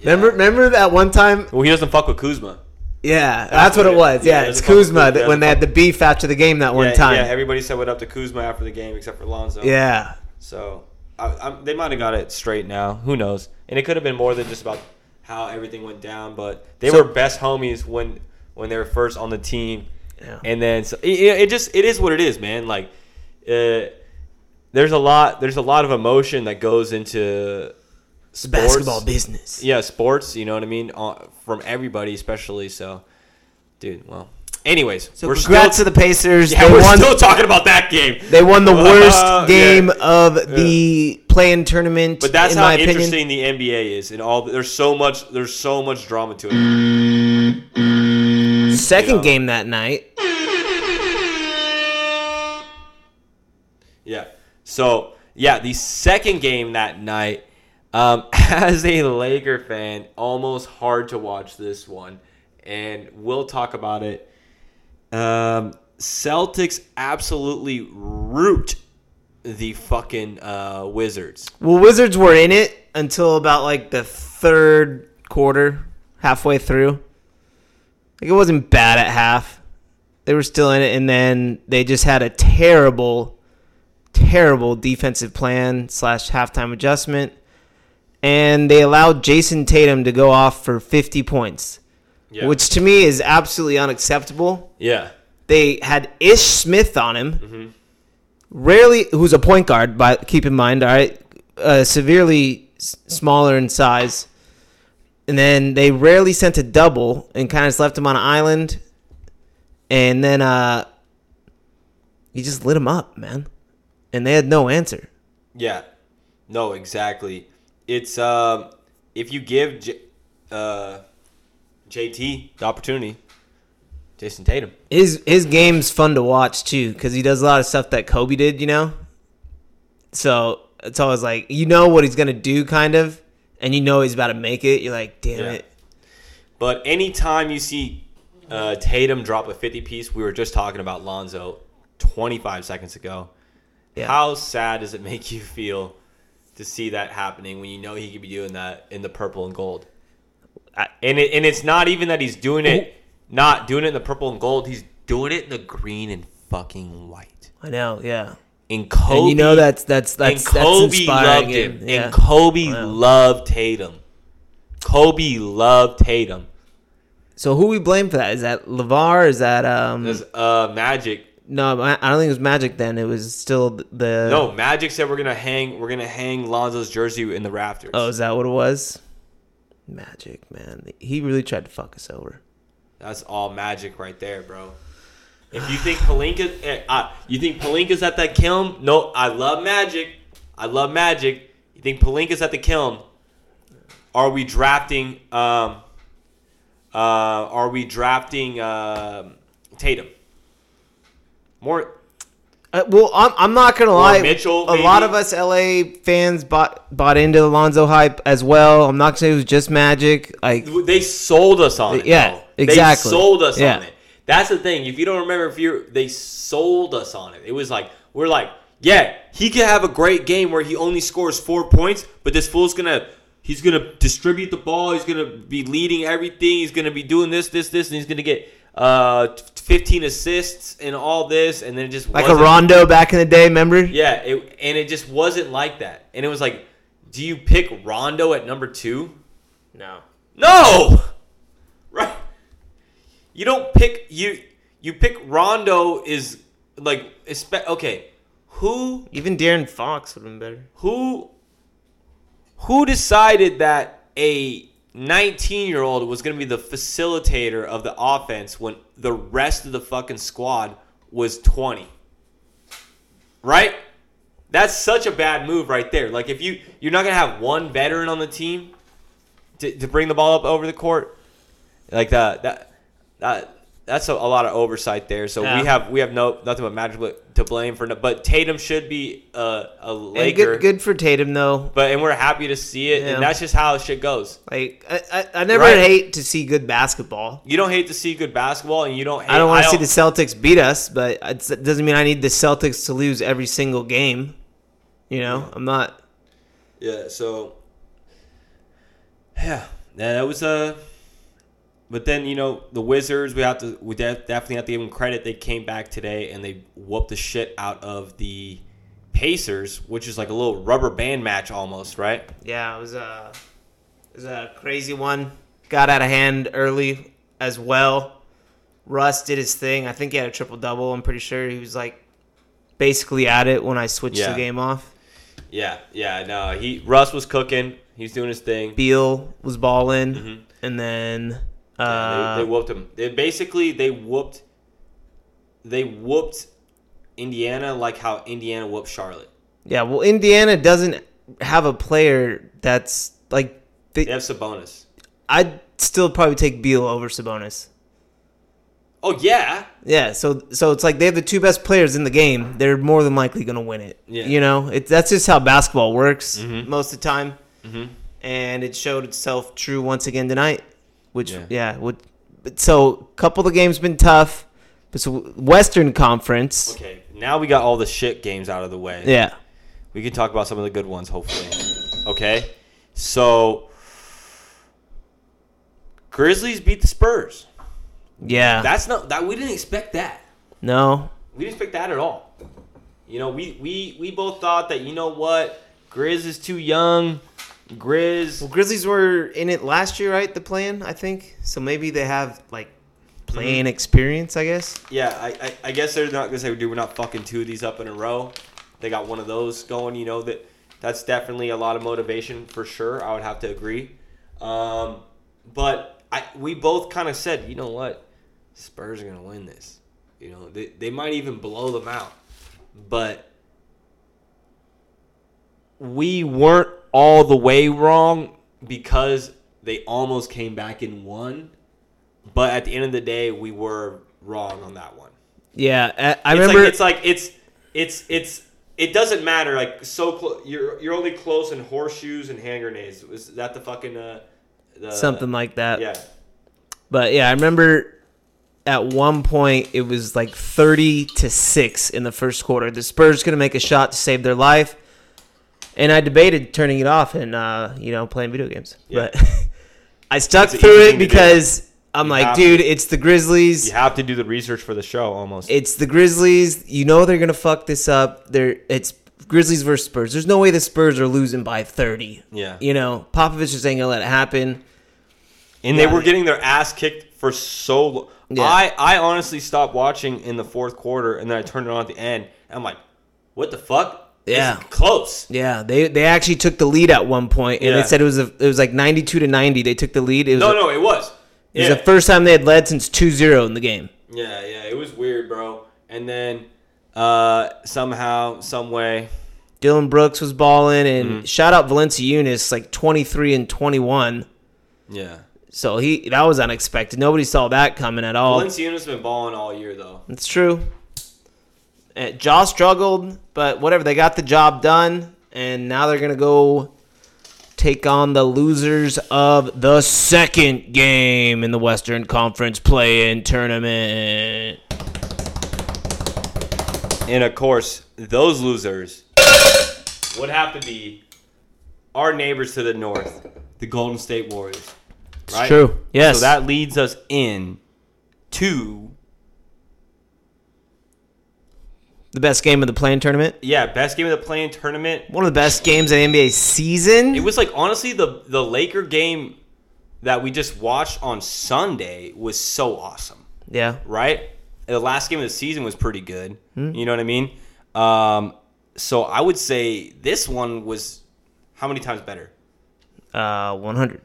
S3: Remember, remember that one time
S2: Well, he doesn't fuck with Kuzma.
S3: Yeah, that's, what it was. Yeah,
S2: yeah,
S3: it's
S2: it's a
S3: Kuzma
S2: fucking-
S3: that
S2: yeah,
S3: when
S2: it's a
S3: they had the beef after the game that one
S2: yeah,
S3: time.
S2: yeah.
S3: Yeah,
S2: Everybody said what up to Kuzma after the game except for Lonzo. So I, I'm, they might have got it straight now. Who knows? And it could have been more than just about how everything went down. But they
S3: So-
S2: were best homies when when they were first on the team.
S3: Yeah.
S2: And then so, it, it just it is what it is, man. Like uh, there's a lot there's a lot of emotion that goes into sports.
S3: basketball business.
S2: Yeah, sports. You know what I mean? Uh, from everybody, especially. So, dude, well, Anyways,
S3: So
S2: we're still
S3: congrats to the Pacers.
S2: yeah,
S3: they
S2: we're
S3: won.
S2: still talking about that game.
S3: they won the
S2: Uh,
S3: worst
S2: yeah.
S3: game of the play-in tournament.
S2: But that's
S3: in
S2: how
S3: my opinion.
S2: interesting the NBA is, and all there's so much there's so much drama to
S3: Mm.
S2: it.
S3: Second
S2: Yeah.
S3: game that night.
S2: Yeah. So yeah, the second game that night, um, as a Laker fan, almost hard to watch this one, and we'll talk about it. Um, Celtics absolutely root the fucking uh, Wizards.
S3: Well, Wizards were in it until about like the third quarter, halfway through. Like it wasn't bad at half. They were still in it, and then they just had a terrible, terrible defensive plan slash halftime adjustment, and they allowed Jason Tatum to go off for fifty points,
S2: Yeah.
S3: which to me is absolutely unacceptable.
S2: yeah.
S3: They had Ish Smith on him, rarely, who's a point guard. By keep in mind, all right, uh, severely s- smaller in size, and then they rarely sent a double and kind of just left him on an island, and then uh, you just lit him up, man, and they had no answer.
S2: Yeah. No, exactly. It's um, if you give J- uh, JT the opportunity, Jason Tatum.
S3: His his game's fun to watch too because he does a lot of stuff that Kobe did, you know. So it's always like you know what he's gonna do, kind of, and you know he's about to make it. You're like, damn
S2: Yeah.
S3: it,
S2: But anytime you see uh, Tatum drop a 50 piece, we were just talking about Lonzo 25 seconds ago.
S3: Yeah.
S2: How sad does it make you feel to see that happening when you know he could be doing that in the purple and gold?
S3: I-
S2: And it, and it's not even that he's doing it, not doing it in the purple and gold. He's doing it in the green and fucking white.
S3: I know, yeah.
S2: And Kobe,
S3: and you know that's that's that's
S2: and Kobe
S3: that's inspiring
S2: loved
S3: him.
S2: him.
S3: Yeah.
S2: And Kobe
S3: Wow.
S2: loved Tatum. Kobe loved Tatum.
S3: so who we blame for that? Is that Levar? Is that um?
S2: There's uh, Magic
S3: no, I I don't think it was Magic. Then it was still the
S2: No, Magic said we're gonna hang we're gonna hang Lonzo's jersey in the rafters.
S3: Oh, is that what it was? Magic, man, he really tried to fuck us over.
S2: That's all Magic right there, bro. If you think Palinka, eh, uh, you think Palinka's at that kiln? No, I love Magic. I love Magic. You think Palinka's at the kiln? Are we drafting? Um, uh, are we drafting um Tatum? More
S3: Uh, well, I'm, I'm not gonna lie.
S2: Mitchell,
S3: a
S2: maybe?
S3: lot of us LA fans bought bought into the Lonzo hype as well. I'm not gonna say it was just magic. Like
S2: they sold us on it.
S3: Yeah,
S2: though.
S3: exactly.
S2: They sold us
S3: Yeah.
S2: on it. That's the thing. If you don't remember, if you they sold us on it. It was like we're like, yeah, he could have a great game where he only scores four points, but this fool's gonna he's gonna distribute the ball. He's gonna be leading everything. He's gonna be doing this, this, this, and he's gonna get uh 15 assists and all this, and then it just
S3: like a
S2: wasn't.
S3: Rondo back in the day, remember?
S2: Yeah, it, and it just wasn't like that. And it was like, do you pick Rondo at number two?
S3: No.
S2: No, right. You don't pick you. You pick Rondo is like espe- okay. Who
S3: Even Darren Fox would have been better.
S2: who who decided that a 19 year old was going to be the facilitator of the offense when the rest of the fucking squad was 20 right that's such a bad move right there like if you you're not going to have one veteran on the team to, to bring the ball up over the court like that that that that's a, a lot of oversight there. So
S3: Yeah.
S2: we have we have no nothing but Magic to blame for. no- But Tatum should be a, a
S3: And
S2: Laker
S3: good, good for Tatum though.
S2: but and we're happy to see it,
S3: Yeah.
S2: and that's just how shit goes.
S3: Like I, I, I never
S2: Right.
S3: hate to see good basketball.
S2: You don't hate to see good basketball, and you don't. Hate,
S3: I don't want to see the Celtics beat us, but it's, it doesn't mean I need the Celtics to lose every single game. You know, I'm not.
S2: Yeah. So. Yeah, yeah, that was Uh, but then you know the Wizards. We have to. We def- definitely have to give them credit. They came back today and they whooped the shit out of the Pacers, which is like a little rubber band match almost, right?
S3: Yeah, it was a it was a crazy one. Got out of hand early as well. Russ did his thing. I think he had a triple double. I'm pretty sure he was like basically at it when I switched
S2: Yeah.
S3: the game off.
S2: Yeah. Yeah. No. He Russ was cooking. He's doing his thing.
S3: Beal was balling, and then uh,
S2: they, they whooped him. They basically they whooped they whooped Indiana like how Indiana whooped Charlotte.
S3: Yeah, well, Indiana doesn't have a player that's like. They,
S2: They have Sabonis.
S3: I'd still probably take Beal over Sabonis.
S2: Oh yeah,
S3: Yeah, so so it's like they have the two best players in the game. They're more than likely going to win it.
S2: Yeah.
S3: You know, it, that's just how basketball works most of the time. And it showed itself true once again tonight, which
S2: Yeah.
S3: yeah, would but so couple of the games been tough, but so Western Conference.
S2: Okay, now we got all the shit games out of the way.
S3: Yeah.
S2: We can talk about some of the good ones, hopefully. Okay? So, Grizzlies beat the Spurs.
S3: Yeah.
S2: That's not, that we didn't expect that.
S3: no.
S2: We didn't expect that at all. You know, we, we, we both thought that, you know what? Grizz is too young. Grizz.
S3: Well, Grizzlies were in it last year, right? The plan, I think. So maybe they have like playing experience, I guess.
S2: Yeah, I, I, I guess they're not going to say, dude, we're not fucking two of these up in a row. They got one of those going, you know, that that's definitely a lot of motivation for sure. I would have to agree. Um, but I we both kind of said, you know what? Spurs are going to win this. You know, they, they might even blow them out. But we weren't all the way wrong because they almost came back and won. But at the end of the day, we were wrong on that one.
S3: Yeah, I, I
S2: It's
S3: remember.
S2: like it's like it's it's it's it doesn't matter. Like so close, you're you're only close in horseshoes and hand grenades. Was that the fucking uh, the,
S3: something like that.
S2: Yeah,
S3: But yeah, I remember at one point it was like 30 to 6 in the first quarter. The Spurs going to make a shot to save their life. And I debated turning it off and uh, you know, playing video games.
S2: Yeah.
S3: But I stuck
S2: It's an
S3: through
S2: easy
S3: it
S2: thing to do.
S3: because I'm like,
S2: have to.
S3: dude, it's the Grizzlies.
S2: you have to do the research for the show almost.
S3: It's the Grizzlies. You know they're going to fuck this up. They're it's Grizzlies versus Spurs. There's no way the Spurs are losing by 30.
S2: Yeah.
S3: You know, Popovich just ain't going to let it happen.
S2: and they
S3: Yeah.
S2: were getting their ass kicked for so long.
S3: Yeah.
S2: I I honestly stopped watching in the fourth quarter, and then I turned it on at the end. And I'm like, what the fuck? It's
S3: Yeah.
S2: close.
S3: Yeah, they they actually took the lead at one point, and
S2: Yeah.
S3: they said it was a, it was like ninety two to ninety. They took the lead. It was,
S2: No,
S3: a-
S2: no, it was.
S3: it was the first time they had led since 2-0 in the game.
S2: Yeah, yeah, it was weird, bro. And then uh somehow, some way,
S3: Dylan Brooks was balling, and
S2: Mm-hmm.
S3: shout out Valencia Eunice, like twenty three and twenty one.
S2: yeah.
S3: So he that was unexpected. Nobody saw that coming at all.
S2: Valenciunas been balling all year though.
S3: It's true. Uh, Jaw struggled, but whatever. They got the job done, and now they're gonna go take on the losers of the second game in the Western Conference Play-In Tournament.
S2: And of course, those losers would have to be our neighbors to the north, the Golden State Warriors. Right?
S3: It's true. Yes.
S2: So that leads us in to
S3: the best game of the Play-In Tournament.
S2: yeah, best game of the playing tournament.
S3: One of the best games of the NBA season.
S2: It was like honestly the the Laker game that we just watched on Sunday was so awesome.
S3: yeah.
S2: right? The last game of the season was pretty good.
S3: Hmm.
S2: You know what I mean? Um, so I would say this one was how many times better?
S3: Uh, 100.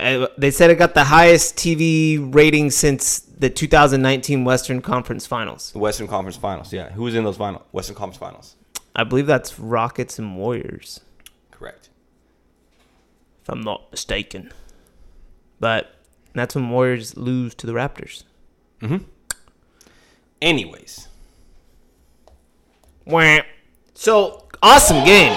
S3: Uh, They said it got the highest TV rating since the 2019 Western Conference Finals.
S2: The Western Conference Finals. Yeah, who was in those final Western Conference Finals?
S3: I believe that's Rockets and Warriors.
S2: Correct.
S3: if I'm not mistaken. But that's when Warriors lose to the Raptors.
S2: Anyways,
S3: Wah. So awesome game.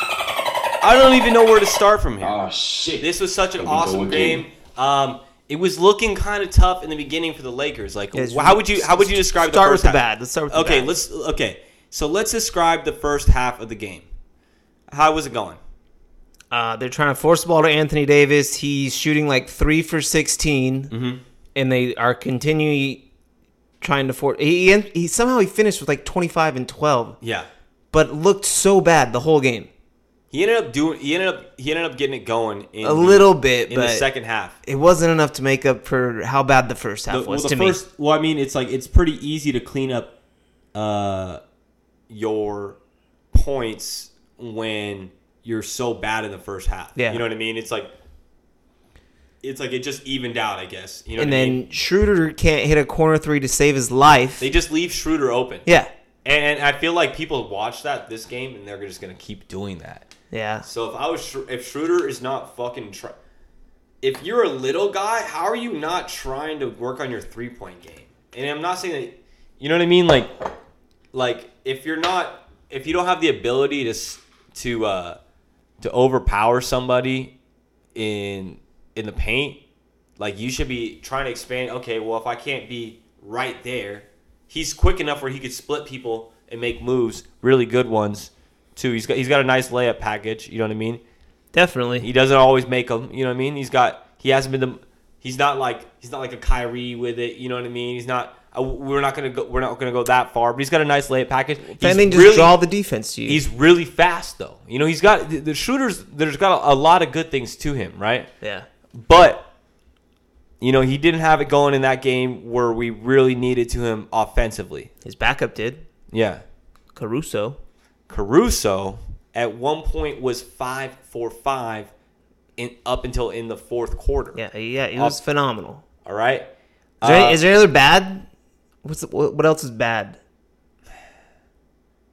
S2: I don't even know where to start from here.
S4: Oh shit.
S2: This was such an
S4: Here we go
S2: awesome
S4: again.
S2: game. Um, it was looking kind of tough in the beginning for the Lakers. Like,
S3: Yes,
S2: how would you how would you describe
S3: Start
S2: the first
S3: with the
S2: half?
S3: bad. Let's start with the
S2: okay,
S3: bad.
S2: let's okay. So let's describe the first half of the game. How was it going?
S3: Uh, they're trying to force the ball to Anthony Davis. He's shooting like three for 16
S2: Mm-hmm.
S3: and they are continually trying to force. He, he- he somehow he finished with like twenty five and twelve,
S2: Yeah.
S3: but looked so bad the whole game.
S2: He ended up doing. He ended up. He ended up getting it going in
S3: A little bit,
S2: in
S3: but
S2: the second half.
S3: it wasn't enough to make up for how bad the first half
S2: The, well,
S3: was
S2: the
S3: to
S2: first.
S3: me.
S2: Well, I mean, it's like it's pretty easy to clean up, uh, your points when you're so bad in the first half.
S3: Yeah.
S2: you know what I mean. It's like it's like it just evened out, I guess. You know,
S3: and
S2: what I
S3: then
S2: mean?
S3: Schroeder can't hit a corner three to save his life.
S2: they just leave Schroeder open.
S3: yeah,
S2: And I feel like people watch that this game and they're just gonna keep doing that.
S3: yeah.
S2: So if I was Schro- if Schroeder is not fucking try, if you're a little guy, how are you not trying to work on your three point game? And I'm not saying that you know what I mean. Like, like if you're not if you don't have the ability to s- to uh, to overpower somebody in in the paint, like you should be trying to expand. Okay, well if I can't be right there, he's quick enough where he could split people and make moves, really good ones too. He's got he's got a nice layup package. You know what I mean?
S3: Definitely.
S2: He doesn't always make them. You know what I mean? He's got he hasn't been the he's not like he's not like a Kyrie with it. You know what I mean? He's not. I, we're not gonna go. We're not gonna go that far. But he's got a nice layup package. He's
S3: and then just
S2: really-
S3: draw the defense to you.
S2: He's really fast though. You know he's got the, the shooters. There's got a, a lot of good things to him, right?
S3: yeah.
S2: But you know he didn't have it going in that game where we really needed to him offensively.
S3: His backup did.
S2: Yeah,
S3: Caruso.
S2: Caruso at one point was five for five in up until in the fourth quarter.
S3: Yeah, yeah, it was
S2: Up.
S3: phenomenal.
S2: All right.
S3: Is there,
S2: Uh,
S3: any, is there any other bad? What's the, what what else is bad?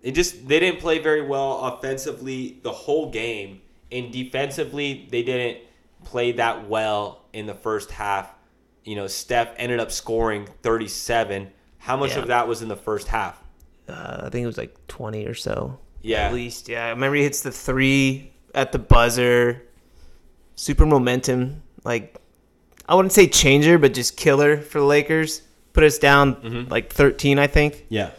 S2: it just they didn't play very well offensively the whole game, and defensively they didn't play that well in the first half. You know, Steph ended up scoring 37. How much
S3: Yeah.
S2: of that was in the first half?
S3: Uh, I think it was like twenty or so.
S2: Yeah.
S3: at least. Yeah, I remember he hits the three at the buzzer. Super momentum, like I wouldn't say changer, but just killer for the Lakers. Put us down
S2: Mm-hmm.
S3: like thirteen, I think.
S2: Yeah.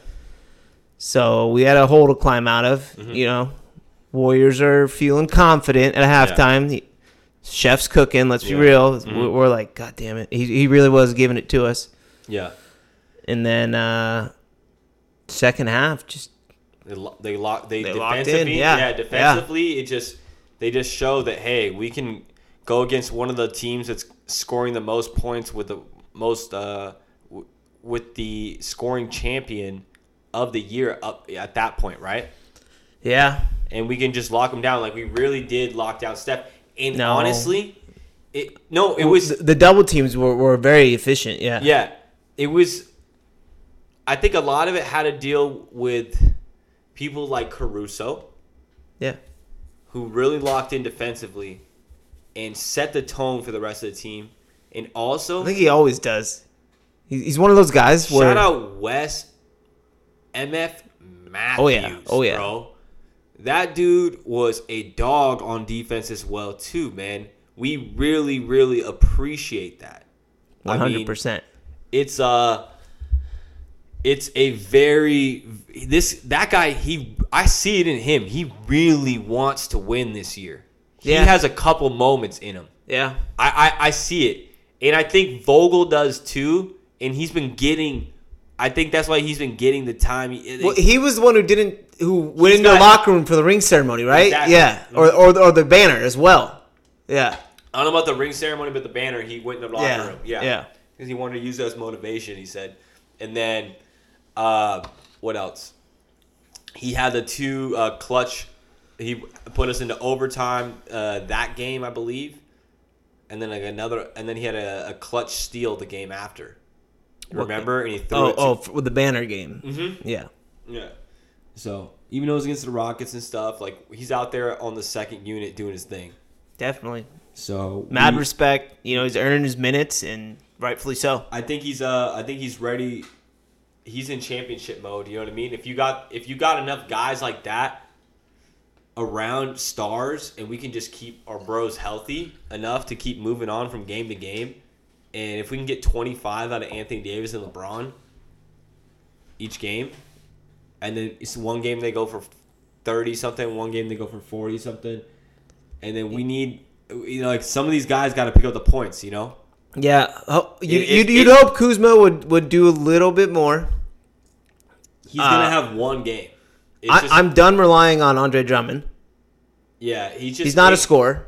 S3: So we had a hole to climb out of.
S2: Mm-hmm.
S3: You know, Warriors are feeling confident at halftime. He- Chef's cooking. Let's be
S2: Yeah. Mm-hmm.
S3: real. We're, we're like, God damn it. He, he really was giving it to us.
S2: Yeah.
S3: And then uh second half, just
S2: They lo- they lock they,
S3: They locked in,
S2: defensively
S3: yeah.
S2: yeah.
S3: Yeah.
S2: defensively it just they just show that hey we can go against one of the teams that's scoring the most points with the most uh w- with the scoring champion of the year up at that point right
S3: yeah,
S2: and we can just lock them down like we really did lock down Steph and
S3: No.
S2: honestly it no it was
S3: the, the double teams were, were very efficient. Yeah,
S2: yeah, it was. I think a lot of it had to deal with people like Caruso,
S3: yeah.
S2: who really locked in defensively and set the tone for the rest of the team. And also,
S3: I think he always does. He- He's one of those guys where
S2: shout out Wes MF Matthews.
S3: Oh, yeah. Oh, yeah.
S2: Bro. That dude was a dog on defense as well, too, man. We really, really appreciate that. I
S3: one
S2: mean,
S3: hundred percent.
S2: it's uh it's a very this that guy he I see it in him. He really wants to win this year.
S3: Yeah.
S2: He has a couple moments in him.
S3: Yeah,
S2: I, I I see it. And I think Vogel does too, and he's been getting I think that's why he's been getting the time. It-
S3: well, he was the one who didn't who went
S2: He's
S3: into the
S2: got-
S3: locker room for the ring ceremony, right?
S2: Exactly.
S3: Yeah, or, or or the banner as well. Yeah,
S2: I don't know about the ring ceremony, but the banner he went in the locker
S3: Yeah,
S2: room. Yeah,
S3: yeah.
S2: because he wanted to use that as motivation. He said, and then uh, what else? He had the two uh, clutch. He put us into overtime uh, that game, I believe, and then like another, and then he had a, a clutch steal the game after. Remember, and he threw
S3: oh
S2: it. to-
S3: oh f- with the banner game. Mm-hmm. Yeah,
S2: yeah. So even though it was against the Rockets and stuff, like he's out there on the second unit doing his thing.
S3: definitely.
S2: So
S3: Mad
S2: we-
S3: respect. You know, he's earning his minutes and rightfully so.
S2: I think he's uh I think he's ready. He's in championship mode. You know what I mean? If you got if you got enough guys like that around stars, and we can just keep our bros healthy enough to keep moving on from game to game, and if we can get twenty five out of Anthony Davis and LeBron each game, and then it's one game they go for thirty something, one game they go for forty something, and then we need you know like some of these guys got to pick up the points. You know.
S3: Yeah, oh, you,
S2: It-
S3: you'd,
S2: it-
S3: you'd
S2: it-
S3: hope Kuzma would, would do a little bit more.
S2: He's gonna
S3: Uh,
S2: have one game. It's
S3: I,
S2: just-
S3: I'm done relying on Andre Drummond.
S2: yeah. He's just
S3: He's not a
S2: in-
S3: scorer.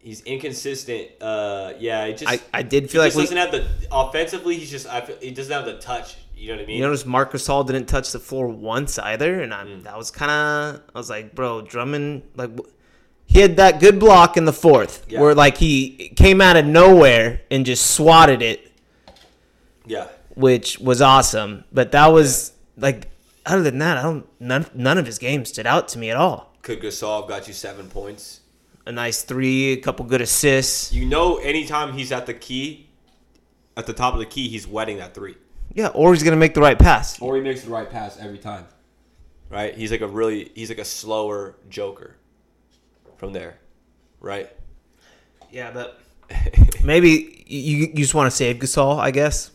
S2: He's inconsistent. Uh, yeah. It just
S3: I, I did
S2: he
S3: feel like
S2: just
S3: we,
S2: doesn't have the offensively. He's just I feel, he doesn't have the touch. You know what I mean?
S3: you notice Marcus Hall didn't touch the floor once either, and I'm that was kind of I was like, bro, Drummond like wh- He had that good block in the fourth
S2: Yeah.
S3: where like he came out of nowhere and just swatted it,
S2: Yeah.
S3: which was awesome. But that was like other than that, I don't none none of his games stood out to me at all.
S2: Could Gasol got you seven points?
S3: A nice three, a couple good assists.
S2: You know, anytime he's at the key, at the top of the key, he's wetting that three.
S3: Yeah, or he's gonna make the right pass.
S2: Or he makes the right pass every time. Right? He's like a really he's like a slower joker from there. Right?
S3: Yeah, but maybe you you just want to save Gasol, I guess.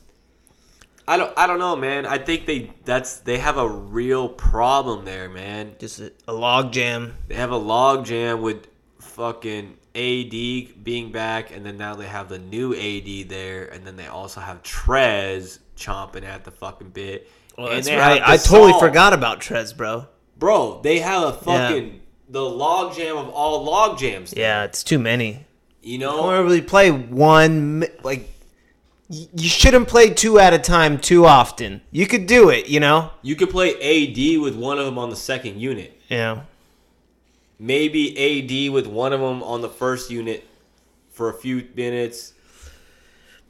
S2: I don't I don't know, man. I think they that's they have a real problem there, man.
S3: Just a, a log jam.
S2: They have a log jam with fucking AD being back and then now they have the new AD there and then they also have Trez chomping at the fucking bit.
S3: Well,
S2: And
S3: that's
S2: they
S3: right.
S2: have
S3: I totally
S2: Gasol.
S3: forgot about Trez, bro.
S2: Bro, they have a
S3: Yeah.
S2: fucking the log jam of all log jams.
S3: Yeah, it's too many.
S2: You
S3: Or
S2: know?
S3: really play one mi- like y- you shouldn't play two at a time too often. You could do it, you know.
S2: You could play AD with one of them on the second unit.
S3: Yeah.
S2: Maybe AD with one of them on the first unit for a few minutes.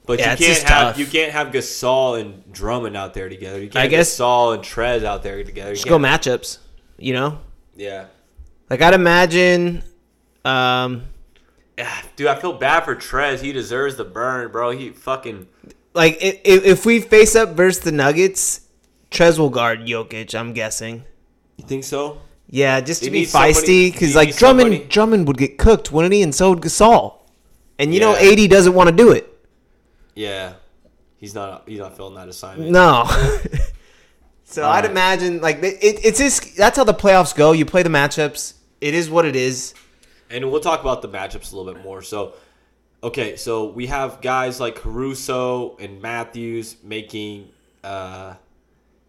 S2: But
S3: Yeah,
S2: you
S3: it's
S2: can't
S3: just
S2: have
S3: tough.
S2: you can't have Gasol and Drummond out there together. You can't
S3: I
S2: have
S3: guess-
S2: Gasol and Trez out there together. You
S3: Just go
S2: can't-
S3: matchups, you know.
S2: Yeah.
S3: Like I'd imagine um
S2: Ah, Dude, I feel bad for Trez. He deserves the burn, bro. He fucking
S3: like if, if we face up versus the Nuggets, Trez will guard Jokic, I'm guessing.
S2: You think so?
S3: Yeah, just
S2: They
S3: to be
S2: need somebody-
S3: feisty,
S2: they
S3: because like
S2: need
S3: Drummond,
S2: somebody-
S3: Drummond would get cooked, wouldn't he? And so would Gasol. And you know,
S2: Yeah.
S3: eighty doesn't want to do it.
S2: Yeah. He's not he's not filling that assignment.
S3: No. so
S2: Alright.
S3: I'd imagine like they- it, it's just that's how the playoffs go. You play the matchups. It is what it is.
S2: and we'll talk about the matchups a little bit more. So, okay, so we have guys like Caruso and Matthews making, uh,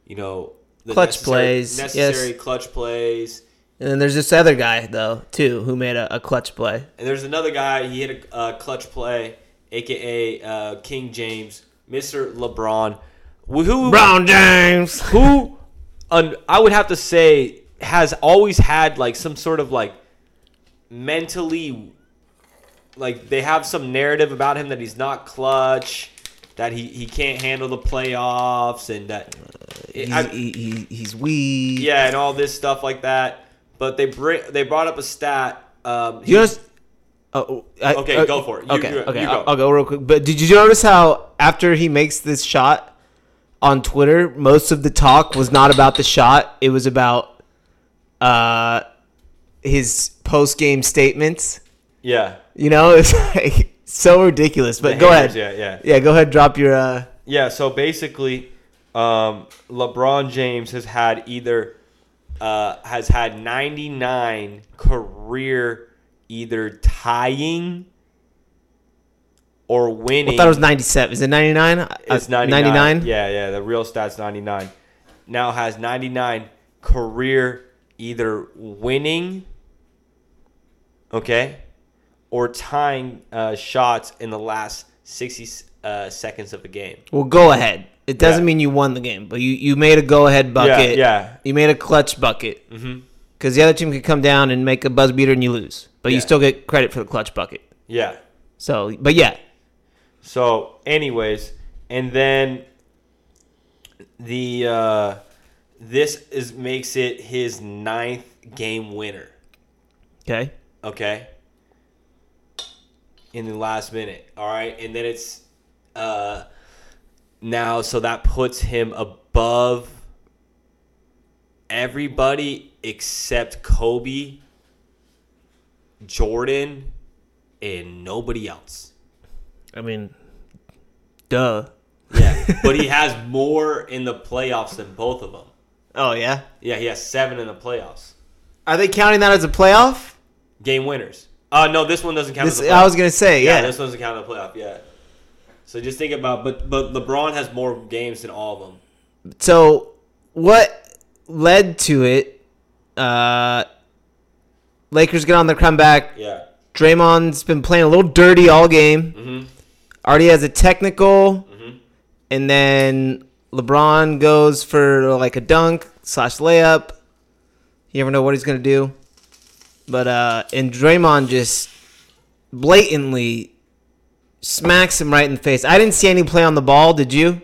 S2: you know, the
S3: Clutch
S2: necessary-
S3: plays, yes.
S2: necessary clutch plays.
S3: And then there's this other guy though too who made a, a clutch play.
S2: And there's another guy. He hit a uh, clutch play, aka uh, King James, Mister LeBron, who who-
S3: Brown James.
S2: who un, I would have to say has always had like some sort of like mentally like they have some narrative about him that he's not clutch, that he, he can't handle the playoffs and that
S3: Uh, He's, e
S2: I-
S3: he, he, he's weak.
S2: yeah, and all this stuff like that. But they bring they brought up a stat um
S3: Do you notice? Oh, I-
S2: Okay,
S3: uh,
S2: go for it. You-
S3: okay,
S2: you-
S3: okay.
S2: you go.
S3: I'll, I'll go real quick. But did you notice how after he makes this shot on Twitter, most of the talk was not about the shot; it was about uh, his post-game statements.
S2: yeah.
S3: You know, it's like so ridiculous. But
S2: The
S3: go
S2: haters,
S3: ahead.
S2: yeah, yeah.
S3: go ahead. Drop your. Uh,
S2: Yeah, so basically, um, LeBron James has had either uh, has had 99 career either tying or winning.
S3: I thought it was ninety-seven. Is it ninety-nine? Uh,
S2: It's 99. Yeah, yeah, the real stat's 99. Now has 99 career either winning, okay, or tying uh, shots in the last 60 uh, seconds of a game.
S3: Well, go ahead. It doesn't
S2: Yeah.
S3: mean you won the game, but you, you made a go ahead bucket.
S2: yeah. Mm-hmm.
S3: You made a clutch bucket. Because the other team could come down and make a buzz beater and you lose, but
S2: Yeah.
S3: you still get credit for the clutch bucket.
S2: Yeah.
S3: So, but yeah,
S2: So, anyways, and then the uh, this is makes it his ninth game winner.
S3: okay.
S2: Okay, in the last minute. All right, and then it's uh, now so that puts him above everybody except Kobe, Jordan, and nobody else.
S3: I mean, duh.
S2: Yeah, but he has more in the playoffs than both of them.
S3: Oh yeah.
S2: Yeah, he has seven in the playoffs.
S3: Are they counting that as a playoff?
S2: Game winners. Uh no, this one doesn't count.
S3: This
S2: as a
S3: I
S2: playoff.
S3: was gonna say.
S2: yeah,
S3: Yeah.
S2: this one doesn't count as a playoff. Yeah. So just think about, but but LeBron has more games than all of them.
S3: so, what led to it? Uh, Lakers get on their comeback.
S2: Yeah.
S3: Draymond's been playing a little dirty all game.
S2: Mm-hmm.
S3: Already has a technical, and then LeBron goes for like a dunk slash layup. You never know what he's gonna do. But uh, and Draymond just blatantly smacks him right in the face. I didn't see any play on the ball. Did you?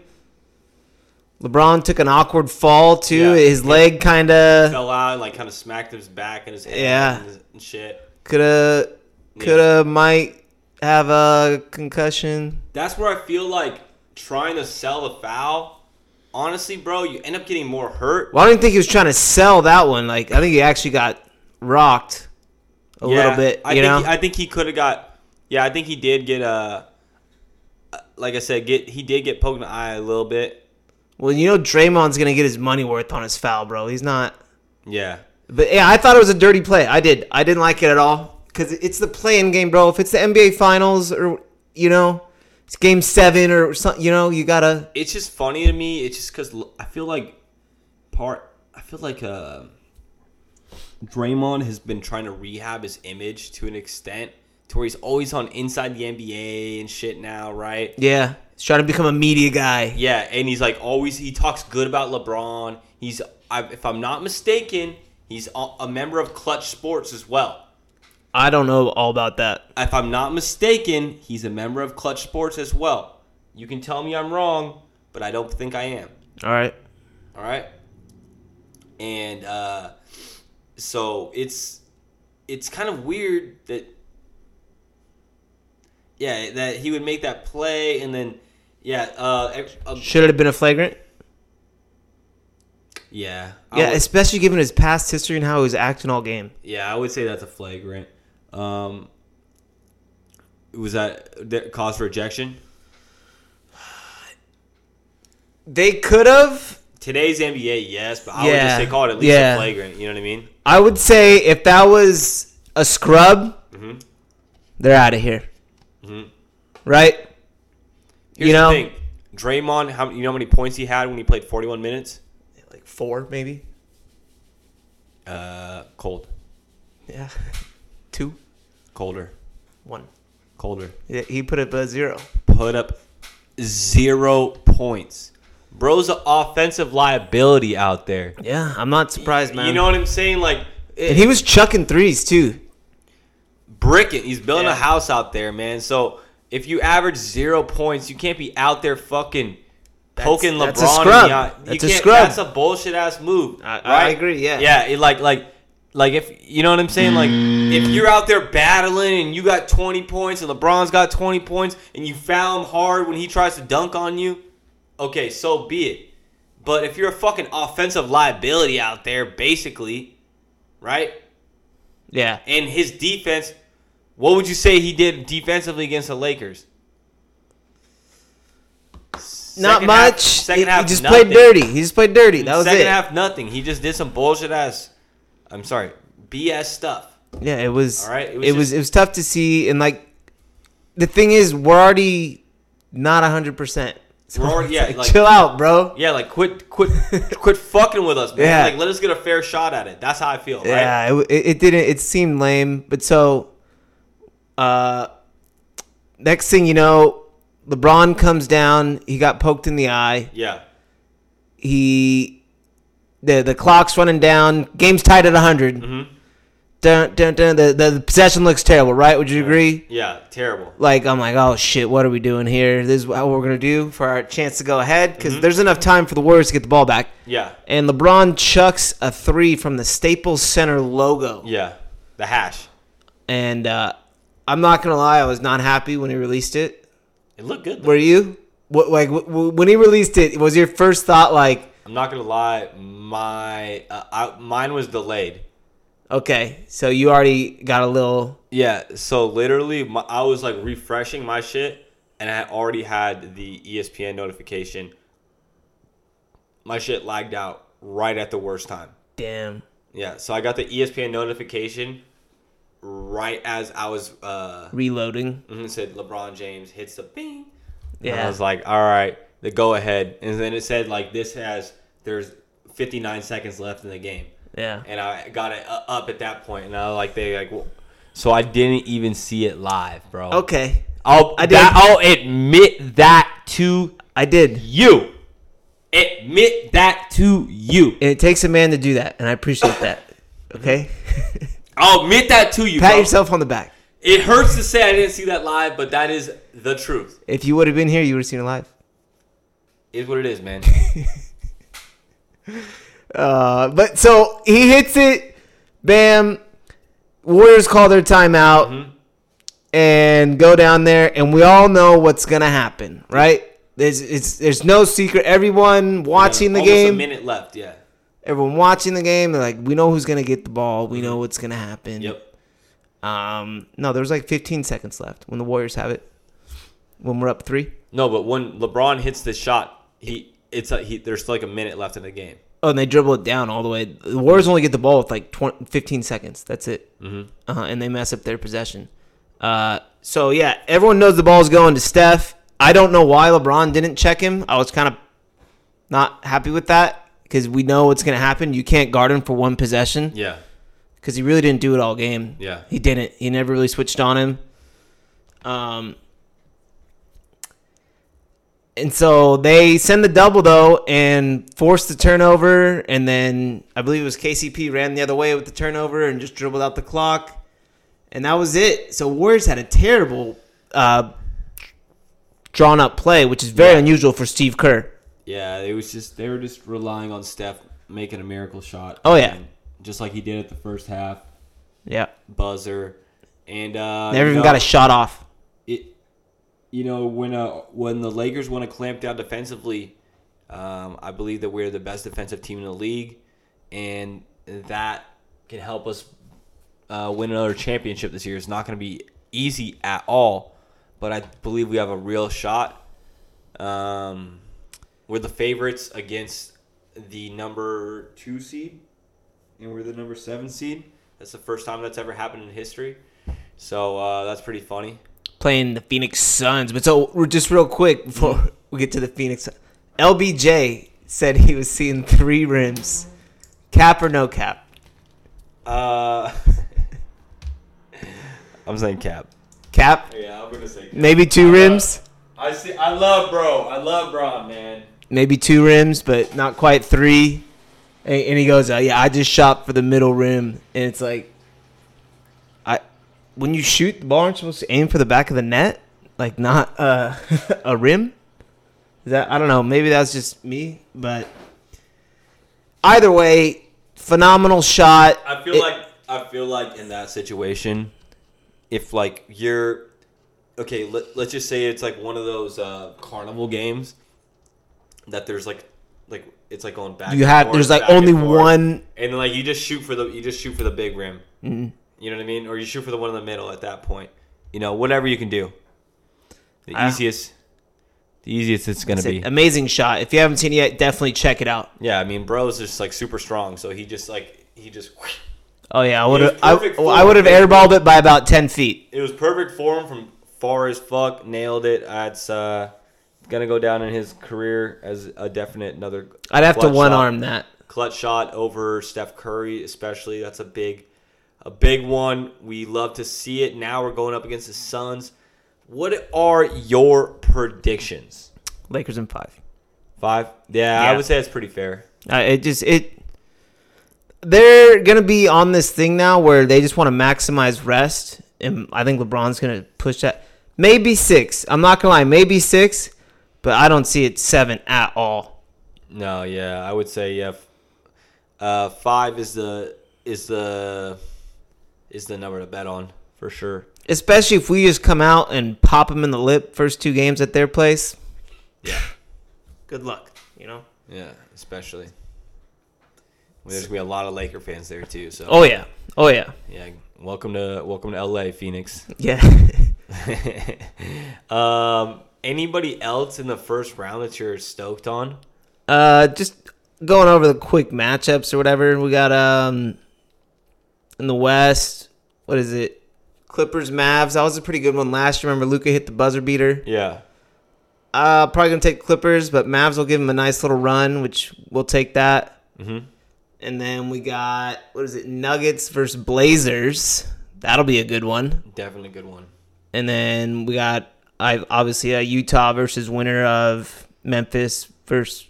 S3: LeBron took an awkward fall too.
S2: Yeah.
S3: His leg kind of
S2: Fell out and like kind of smacked his back and his head
S3: Yeah.
S2: and, and shit.
S3: could have could have might have a concussion.
S2: That's where I feel like trying to sell the foul. Honestly, bro, you end up getting more hurt.
S3: Well, I didn't think he was trying to sell that one. Like I think he actually got rocked a little bit. You
S2: I
S3: know,
S2: think I think he could have got. Yeah, I think he did get uh Like I said, get he did get poked in the eye a little bit.
S3: Well, you know Draymond's gonna get his money worth on his foul, bro. He's not.
S2: Yeah,
S3: But yeah, I thought it was a dirty play. I did. I didn't like it at all because it's the play-in game, bro. If it's the NBA Finals or you know, it's Game Seven or something, you know, you gotta.
S2: it's just funny to me. It's just because I feel like part. I feel like uh, Draymond has been trying to rehab his image to an extent to where he's always on Inside the NBA and shit now, right?
S3: Yeah, he's trying to become a media guy.
S2: Yeah, and he's like always he talks good about LeBron. He's I, if I'm not mistaken, he's a, a member of Clutch Sports as well.
S3: I don't know all about that.
S2: If I'm not mistaken, he's a member of Clutch Sports as well. You can tell me I'm wrong, but I don't think I am.
S3: All right.
S2: All right. And uh, so it's it's kind of weird that yeah that he would make that play and then yeah uh, ev- uh
S3: Should it have been a flagrant?
S2: yeah I
S3: Yeah,
S2: would-
S3: especially given his past history and how he was acting all game.
S2: Yeah, I would say that's a flagrant. Um, was that, that cause for ejection?
S3: They could have.
S2: Today's NBA, yes, but I would
S3: Yeah.
S2: just say call it at least
S3: Yeah.
S2: a flagrant. You know what I mean?
S3: I would say if that was a scrub, Mm-hmm. they're out of here. Right?
S2: Here's
S3: You know-
S2: the thing, Draymond. How you know how many points he had when he played 41 minutes?
S3: Like four, maybe.
S2: Uh, cold,
S3: Yeah. Two,
S2: colder,
S3: one.
S2: colder.
S3: Yeah, He put up a zero.
S2: Put up zero points. Bro's an offensive liability out there.
S3: Yeah, I'm not surprised, man.
S2: You know what I'm saying? Like
S3: and he was chucking threes too.
S2: bricking. He's building
S3: Yeah.
S2: a house out there, man. So if you average zero points, you can't be out there fucking poking
S3: that's a
S2: LeBron.
S3: scrub.
S2: In the eye. You
S3: That's a
S2: can't-
S3: scrub.
S2: That's a bullshit ass move.
S3: I-
S2: right?
S3: I agree, yeah.
S2: Yeah. It, like like like if you know what I'm saying. Like if you're out there battling and you got 20 points and LeBron's got 20 points and you foul him hard when he tries to dunk on you, okay, so be it. But if you're a fucking offensive liability out there, basically, right?
S3: Yeah.
S2: and his defense. What would you say he did defensively against the Lakers?
S3: not
S2: Second
S3: much.
S2: half- second
S3: he,
S2: half,
S3: he just
S2: nothing.
S3: played dirty. He just played dirty. That was
S2: second
S3: it.
S2: half, nothing. He just did some bullshit ass. I'm sorry, BS stuff.
S3: Yeah, it was.
S2: All right,
S3: It
S2: it
S3: was.
S2: was
S3: It was,
S2: just-
S3: tough to see, and like, the thing is, we're already not hundred percent.
S2: We're already- yeah, like-
S3: chill out, bro.
S2: Yeah, like quit, quit, quit fucking with us, man.
S3: Yeah.
S2: Like let us get a fair shot at it. That's how I feel. Right?
S3: Yeah, it, it, it didn't. It seemed lame. But so, uh, next thing you know, LeBron comes down. He got poked in the eye.
S2: Yeah.
S3: He, the the clock's running down. Game's tied at 100
S2: Mm-hmm.
S3: Dun, dun, dun, the, the the possession looks terrible, right? Would you agree?
S2: Yeah. Terrible.
S3: Like I'm like, oh shit, what are we doing here? This is what we're gonna do for our chance to go ahead because there's enough time for the Warriors to get the ball back.
S2: Yeah.
S3: And LeBron chucks a three from the Staples Center logo.
S2: Yeah. The hash.
S3: and uh, I'm not gonna lie, I was not happy when he released it.
S2: It looked good. Though.
S3: Were you? What like w- w- when he released it? Was your first thought like,
S2: I'm not gonna lie. My uh, I, mine was delayed.
S3: okay, so you already got a little?
S2: Yeah, so literally, my, I was like refreshing my shit, and I had already had the E ESPN notification. My shit lagged out right at the worst time.
S3: Damn.
S2: Yeah, so I got the E ESPN notification right as I was uh
S3: Reloading.
S2: mhm, it said LeBron James hits the ping. Yeah, and I
S3: Yeah.
S2: was like, all right, the go ahead, and then it said like this has there's 59 seconds left in the game
S3: Yeah.
S2: and I got it u- up at that point, and I was like they like, w- so I didn't even see it live, bro.
S3: Okay.
S2: I'll
S3: I
S2: I
S3: did.
S2: I'll admit that to
S3: I did.
S2: you. Admit that to you.
S3: And it takes a man to do that, and I appreciate that. Okay.
S2: I'll admit that to you.
S3: Pat
S2: bro.
S3: yourself on the back.
S2: It hurts to say I didn't see that live, but that is the truth.
S3: If you would have been here, you would have seen it live.
S2: Is what it is, man.
S3: Uh, but so he hits it, bam. Warriors call their timeout and go down there, and we all know what's gonna happen, right? There's it's there's no secret. Everyone watching the
S2: Almost A
S3: game,
S2: minute left. Yeah.
S3: everyone watching the game, they're like, we know who's gonna get the ball. We know what's gonna happen.
S2: Yep.
S3: Um, no, there was like 15 seconds left when the Warriors have it. When we're up three.
S2: No, but when LeBron hits the shot, he it's a, he. There's like a minute left in the game.
S3: Oh, and they dribble it down all the way. The Warriors only get the ball with like 20, 15 seconds. That's it. Mm-hmm. Uh-huh, and they mess up their possession. Uh, so, yeah, everyone knows the ball's going to Steph. I don't know why LeBron didn't check him. I was kind of not happy with that because we know what's going to happen. You can't guard him for one possession
S2: Yeah.
S3: because he really didn't do it all game.
S2: Yeah.
S3: He didn't. He never really switched on him. Um, and so they send the double though and force the turnover, and then I believe it was KCP ran the other way with the turnover and just dribbled out the clock, and that was it. So Warriors had a terrible uh, drawn up play, which is very unusual for Steve Kerr.
S2: Yeah. It was just they were just relying on Steph making a miracle shot.
S3: Oh, yeah.
S2: And just like he did at the first half
S3: Yeah,
S2: buzzer, and uh,
S3: never
S2: you
S3: even
S2: know,
S3: got a shot off.
S2: it you know when uh when the Lakers want to clamp down defensively, um, I believe that we're the best defensive team in the league, and that can help us uh, win another championship this year. It's not going to be easy at all, but I believe we have a real shot. Um, we're the favorites against the number two seed, and we're the number seven seed. That's the first time that's ever happened in history. So uh, that's pretty funny.
S3: playing the Phoenix Suns. But so we're just real quick before we get to the Phoenix, Sun- LBJ said he was seeing three rims, cap or no cap.
S2: Uh, I'm saying cap.
S3: Cap,
S2: Yeah, I'm gonna say cap.
S3: maybe two rims,
S2: I see. I love bro. I love Braun, man.
S3: maybe two rims, but not quite three. And, and he goes, uh, "Yeah, I just shot for the middle rim," and it's like, I when you shoot the ball, aren't you supposed to aim for the back of the net, like not uh, a rim? Is that I don't know. Maybe that's just me, but either way, phenomenal shot.
S2: I feel
S3: It-
S2: like I feel like in that situation, if like you're okay, let, let's just say it's like one of those uh, carnival games that there's like like it's like going back.
S3: you
S2: and
S3: had
S2: forth,
S3: there's like
S2: back and
S3: only
S2: forth.
S3: one.
S2: and then like you just shoot for the you just shoot for the big rim.
S3: Mm-hmm.
S2: You know what I mean? Or you shoot for the one in the middle at that point. You know, whatever you can do. The
S3: Ah.
S2: easiest, the easiest it's gonna
S3: It's an
S2: be.
S3: amazing shot. If you haven't seen it yet, definitely check it out.
S2: yeah, I mean, bro is just like super strong, so he just like he just.
S3: Oh yeah, I would have.
S2: was
S3: I,
S2: perfect
S3: I
S2: form.
S3: would have airballed it by about ten feet.
S2: It was perfect form from far as fuck. Nailed it. That's uh, gonna go down in his career as a definite another.
S3: I'd have to
S2: clutch shot.
S3: one arm that.
S2: clutch shot over Steph Curry, especially. That's a big, a big one. We love to see it. Now we're going up against the Suns. What are your predictions?
S3: Lakers in five.
S2: Five? Yeah, I
S3: Yeah.
S2: would say that's pretty fair.
S3: Uh, it just it. They're gonna be on this thing now where they just want to maximize rest, and I think LeBron's gonna push that. Maybe six. I'm not gonna lie, maybe six, but I don't see it seven at all.
S2: No, yeah, I would say yeah. f- Uh, five is the is the is the number to bet on for sure.
S3: Especially if we just come out and pop them in the lip first two games at their place.
S2: Yeah,
S3: Good luck, you know.
S2: yeah, especially. There's gonna be a lot of Laker fans there too. So
S3: Oh yeah, oh yeah,
S2: yeah, welcome to welcome to LA, Phoenix.
S3: yeah.
S2: um, anybody else in the first round that you're stoked on?
S3: uh, just going over the quick matchups or whatever. We got um in the West. What is it? Clippers, Mavs. That was a pretty good one last year. Remember, Luca hit the buzzer beater.
S2: Yeah.
S3: Uh, probably gonna take Clippers, but Mavs will give him a nice little run, which we'll take that.
S2: Mhm.
S3: And then we got what is it? Nuggets versus Blazers. That'll be a good one.
S2: Definitely a good one.
S3: And then we got I obviously uh, Utah versus winner of Memphis versus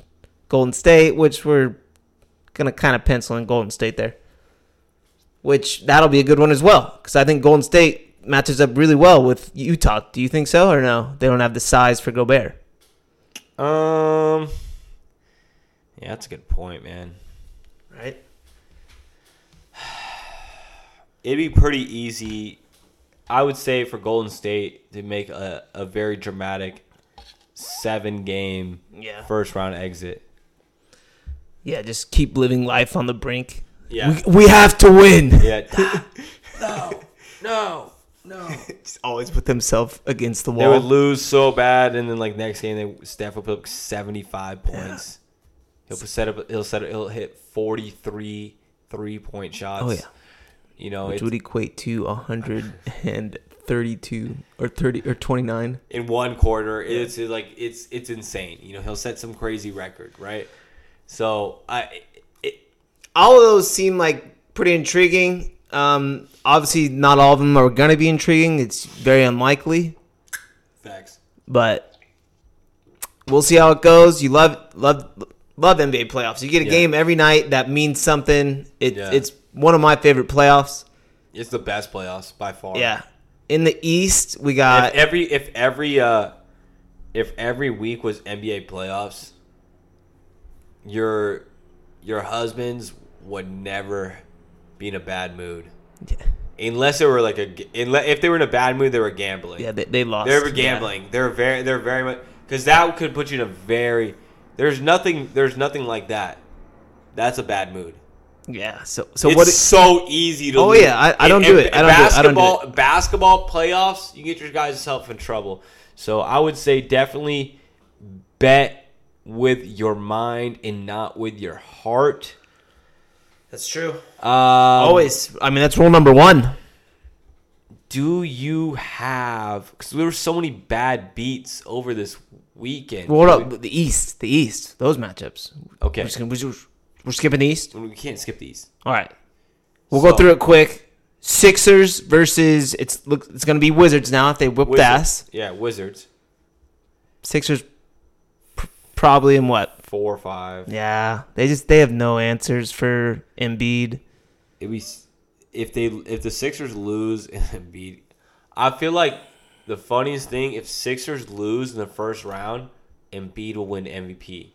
S3: Golden State, which we're gonna kind of pencil in Golden State there. which that'll be a good one as well because I think Golden State matches up really well with Utah. Do you think so or no? They don't have the size for Gobert.
S2: Um. Yeah, that's a good point, man.
S3: Right.
S2: It'd be pretty easy, I would say, for Golden State to make a, a very dramatic seven game
S3: Yeah.
S2: first round exit.
S3: Yeah, just keep living life on the brink.
S2: Yeah.
S3: We, we have to win.
S2: yeah. no. No.
S3: Just always put themselves against the
S2: They would
S3: wall.
S2: lose so bad, and then like next game, they Steph will put up seventy five points. He'll put- set up. He'll set. He'll hit 43 three point shots.
S3: Oh, yeah.
S2: You know,
S3: Which
S2: it's,
S3: would equate to 132 or 30 or 29.
S2: in one quarter. It's like it's it's insane. You know, he'll set some crazy record, right? So I, it,
S3: all of those seem like pretty intriguing. Um, obviously, not all of them are going to be intriguing. It's very unlikely,
S2: facts.
S3: but we'll see how it goes. You love love love NBA playoffs. You get a
S2: Yeah.
S3: game every night that means something. It,
S2: Yeah.
S3: It's one of my favorite playoffs.
S2: It's the best playoffs by far.
S3: Yeah. In the East, we
S2: If
S3: got
S2: every if every uh, if every week was NBA playoffs, your your husbands would never be in a bad mood, unless they were like a g- unle- if they were in a bad mood, they were gambling.
S3: yeah they, they lost.
S2: They're
S3: Yeah.
S2: gambling. They're very. They're very much because that could put you in a very. There's nothing. There's nothing like that. That's a bad mood.
S3: Yeah. So so
S2: it's
S3: what?
S2: so easy to.
S3: Oh,
S2: lose.
S3: yeah, I- I don't do it. I don't do it. I don't do
S2: basketball, basketball playoffs. You get your guys yourself in trouble. So I would say definitely bet with your mind and not with your heart.
S3: That's true.
S2: Um,
S3: Always. I mean, that's rule number one.
S2: do you have? Because there were so many bad beats over this weekend.
S3: Well, hold up. The East. The East. Those matchups.
S2: Okay.
S3: We're, just gonna- we're just- we're skipping the East.
S2: We can't skip these.
S3: All right. We'll
S2: So-
S3: go through it quick. Sixers versus it's look it's gonna be Wizards now if they whipped
S2: Wizards.
S3: ass.
S2: Yeah, Wizards.
S3: Sixers pr- probably in what?
S2: Four or five.
S3: Yeah, they just they have no answers for Embiid.
S2: If we, if they, if the Sixers lose and beat, I feel like the funniest thing if Sixers lose in the first round, Embiid will win MVP.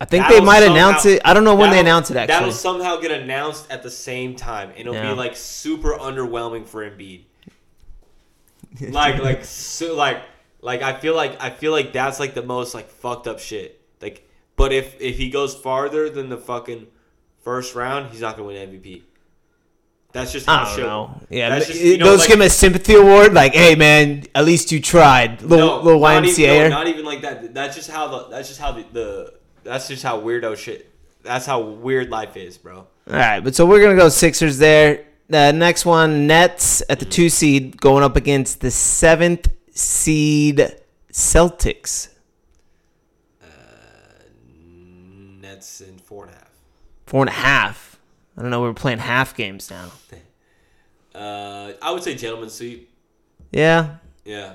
S3: I think
S2: That'll
S3: they might
S2: somehow-
S3: announce it. I don't know when they
S2: that'll-
S3: announce it
S2: That'll
S3: actually.
S2: somehow get announced at the same time, and it'll
S3: Yeah.
S2: be like super underwhelming for Embiid. like, like, so, like, like I feel like I feel like that's like the most like fucked up shit. Like, but if if he goes farther than the fucking first round, he's not gonna win MVP. That's just how
S3: I
S2: shit-
S3: don't know. Yeah,
S2: that's
S3: but
S2: just,
S3: it-
S2: you know,
S3: they'll
S2: like-
S3: just give him a sympathy award. Like, hey man, at least you tried. Little little
S2: not
S3: YMCA.
S2: Even, no, not even like that. That's just how the. That's just how the, the. That's just how weirdo shit. That's how weird life is, bro.
S3: All right, but so we're gonna go Sixers there. The next one, Nets at the two seed, going up against the seventh seed Celtics.
S2: Nets in four and a half.
S3: Four and a half. I don't know. We're playing half games now.
S2: Uh, I would say gentleman sweep.
S3: Yeah.
S2: Yeah.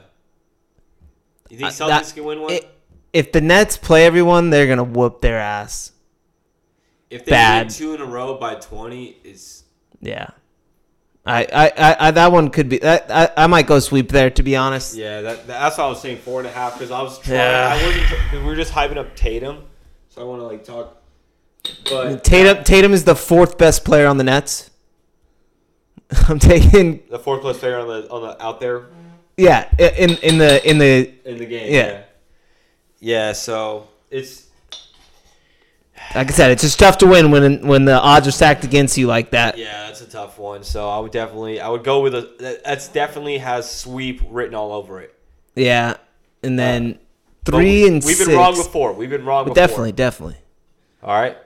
S2: You think
S3: Uh,
S2: Celtics
S3: that-
S2: can win one?
S3: i- if the Nets play everyone, they're gonna whoop their ass.
S2: if they
S3: bad.
S2: win two in a row by twenty, is
S3: Yeah. I, I, I, I that one could be. That, I, I might go sweep there. To be honest.
S2: yeah. That, that's what I was saying four and a half because I was trying.
S3: Yeah.
S2: I wasn't. tr- We were just hyping up Tatum, so I want to like talk.
S3: Mm.
S2: But
S3: Tatum Tatum is the fourth best player on the Nets. I'm taking
S2: the fourth place player on the on the out there
S3: yeah i- in in the in the
S2: in the game.
S3: Yeah.
S2: yeah. Yeah, so it's
S3: like I said, it's just tough to win when when the odds are stacked against you like that.
S2: yeah, that's a tough one. So I would definitely I would go with a that- that's definitely has sweep written all over it.
S3: Yeah, and then
S2: But
S3: three
S2: we-
S3: and
S2: we've
S3: six.
S2: been wrong before. We've been wrong before.
S3: Definitely, definitely
S2: All right.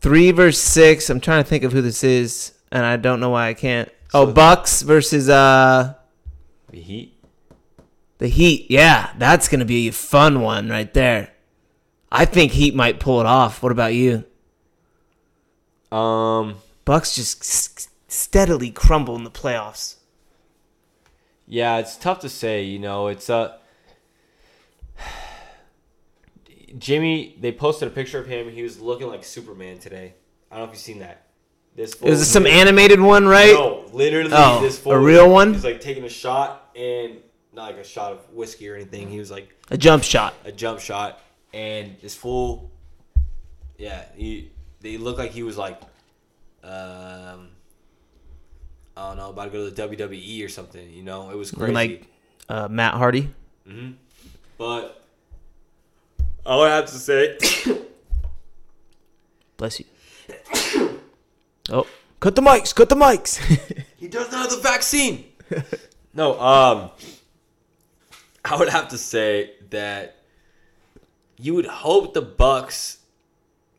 S3: three versus six. I'm trying to think of who this is, and I don't know why I can't. Oh,
S2: So-
S3: Bucks versus uh
S2: The Heat.
S3: the Heat. Yeah, that's gonna be a fun one right there. I think Heat might pull it off. What about you?
S2: Um.
S3: Bucks just s- steadily crumble in the playoffs.
S2: Yeah, it's tough to say. You know, it's uh Jimmy. They posted a picture of him. He was looking like Superman today. I don't know if you've seen that. This
S3: It was
S2: fool-
S3: some animated one, right?
S2: Oh, No, literally
S3: Oh,
S2: this
S3: a
S2: fool
S3: real one?
S2: He's like taking a shot and not like a shot of whiskey or anything. He was like
S3: A jump shot.
S2: a jump shot, and this fool, yeah, he they looked like he was like, um, I don't know, about to go to the WWE or something. You know, it was crazy.
S3: Like uh, Matt Hardy.
S2: but all I have to say,
S3: Bless you. Oh, cut the mics. Cut the mics.
S2: he doesn't have the vaccine. no, um, I would have to say that you would hope the Bucks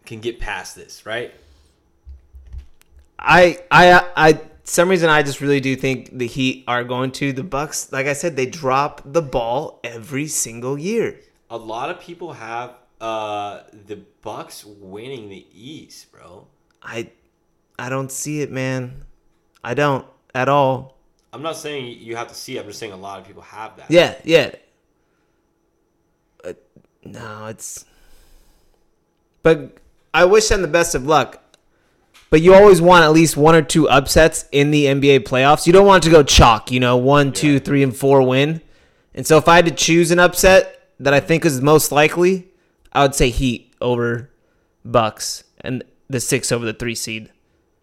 S2: can get past this, right?
S3: I I I some reason I just really do think the Heat are going to the Bucks. Like I said, they drop the ball every single year.
S2: a lot of people have uh the Bucks winning the East, bro.
S3: I I don't see it, man. I don't at all.
S2: I'm not saying you have to see. it, I'm just saying a lot of people have that.
S3: Yeah, yeah. Uh, no, it's. But I wish them the best of luck. But you always want at least one or two upsets in the NBA playoffs. You don't want it to go chalk, you know, one, two, three, and four win. And so if I had to choose an upset that I think is most likely, I would say Heat over Bucks and the six over the three seed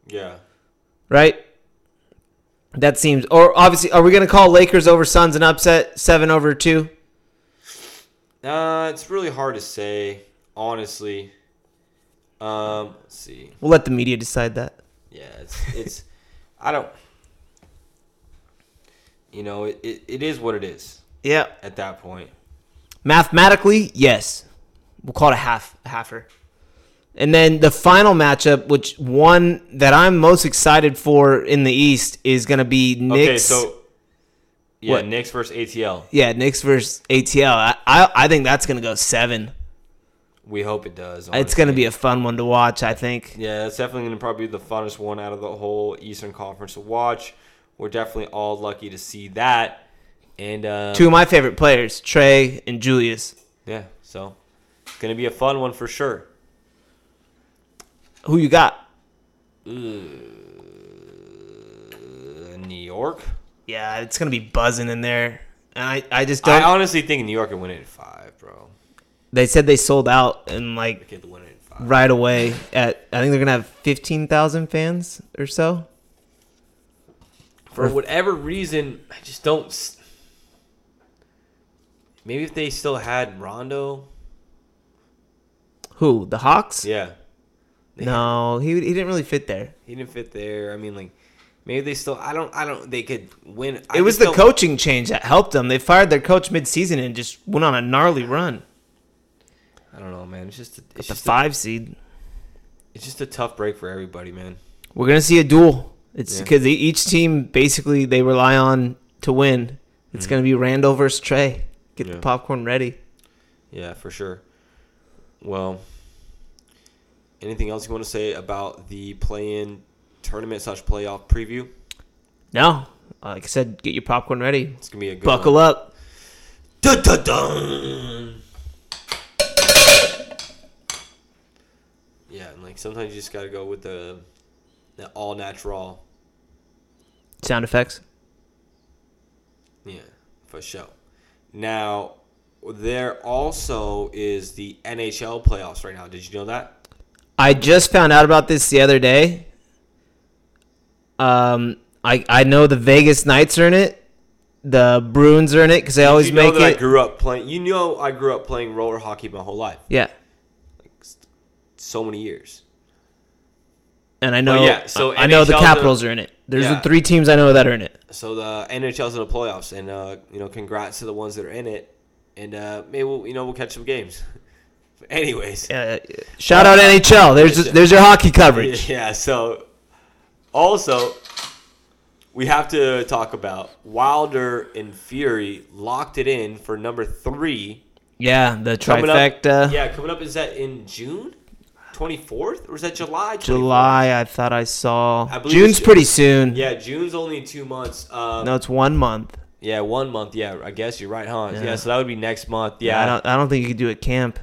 S2: Yeah.
S3: right? That seems. Or obviously, are we going to call Lakers over Suns an upset? Seven over two.
S2: Uh, it's really hard to say, honestly. Um, let's see.
S3: We'll let the media decide that.
S2: Yeah, it's it's. I don't. You know, it, it, it is what it is
S3: Yeah.
S2: at that point.
S3: Mathematically, yes. We'll call it a half a halfer. And then the final matchup, which one that I'm most excited for in the East, is going to be Knicks.
S2: Okay, so yeah,
S3: What?
S2: Knicks versus ATL.
S3: yeah, Knicks versus ATL. I I, I think that's going to go seven.
S2: We hope it does.
S3: It's going to
S2: honestly.
S3: be a fun one to watch. I think.
S2: Yeah, that's definitely going to probably be the funnest one out of the whole Eastern Conference to watch. We're definitely all lucky to see that. And uh,
S3: Two of my favorite players, Trey and Julius.
S2: yeah, so it's going to be a fun one for sure.
S3: Who you got?
S2: Uh, New York.
S3: Yeah, it's gonna be buzzing in there, and I, I just
S2: I
S3: don't.
S2: honestly think New York can win it in five, bro.
S3: they said they sold out and like
S2: They could win it in five.
S3: right away. At I think they're gonna have fifteen thousand fans or so.
S2: For whatever reason, I just don't. s- Maybe if they still had Rondo,
S3: Who the Hawks?
S2: yeah,
S3: No, he he didn't really fit there.
S2: he didn't fit there. I mean, like, maybe they still. I don't. I don't. They could win.
S3: It was the coaching change that helped them. They fired their coach midseason and just went on a gnarly run.
S2: I don't know, man. It's just. It's
S3: The
S2: just
S3: five seed.
S2: It's just a tough break for everybody, man.
S3: We're gonna see a duel. It's
S2: Yeah.
S3: because each team basically they rely on to win. It's gonna be Randall versus Trey. Get
S2: Mm. Yeah.
S3: the popcorn ready.
S2: Yeah, for sure. Well, anything else you want to say about the play-in tournament slash playoff preview?
S3: No, like I said, get your popcorn ready.
S2: It's gonna be a good
S3: Buckle up.
S2: Dun, dun, dun. Yeah, and like sometimes you just gotta go with the, the all natural.
S3: Sound effects.
S2: Yeah, for sure. Now, there also is the NHL playoffs right now. Did you know that?
S3: I just found out about this the other day. Um, I I know the Vegas Knights are in it. The Bruins are in it because they always
S2: you know
S3: make
S2: that I
S3: it.
S2: grew up playing. You know, I grew up playing roller hockey my whole life,
S3: yeah,
S2: so many years.
S3: and I know.
S2: yeah, so
S3: I, I know the
S2: NHL 's a-
S3: Capitals are in it. There's
S2: Yeah.
S3: the three teams I know that are in it.
S2: So the NHL's in the playoffs, and uh, you know, congrats to the ones that are in it. And uh, maybe we'll, you know we'll catch some games. But anyways, yeah.
S3: Uh, shout out NHL. There's there's your hockey coverage.
S2: So also, we have to talk about Wilder and Fury locked it in for number three.
S3: Yeah, the
S2: Coming
S3: trifecta.
S2: Up, yeah, coming up is that in June, twenty fourth, or is that July? 24th?
S3: July. I thought I saw.
S2: I believe
S3: June's
S2: it's-
S3: pretty soon.
S2: Yeah, June's only two months. Um,
S3: No, it's one month.
S2: Yeah, one month. Yeah, I guess you're right, huh? Yeah,
S3: Yeah.
S2: so that would be next month. Yeah,
S3: I
S2: yeah.
S3: don't. I don't think you could do it camp.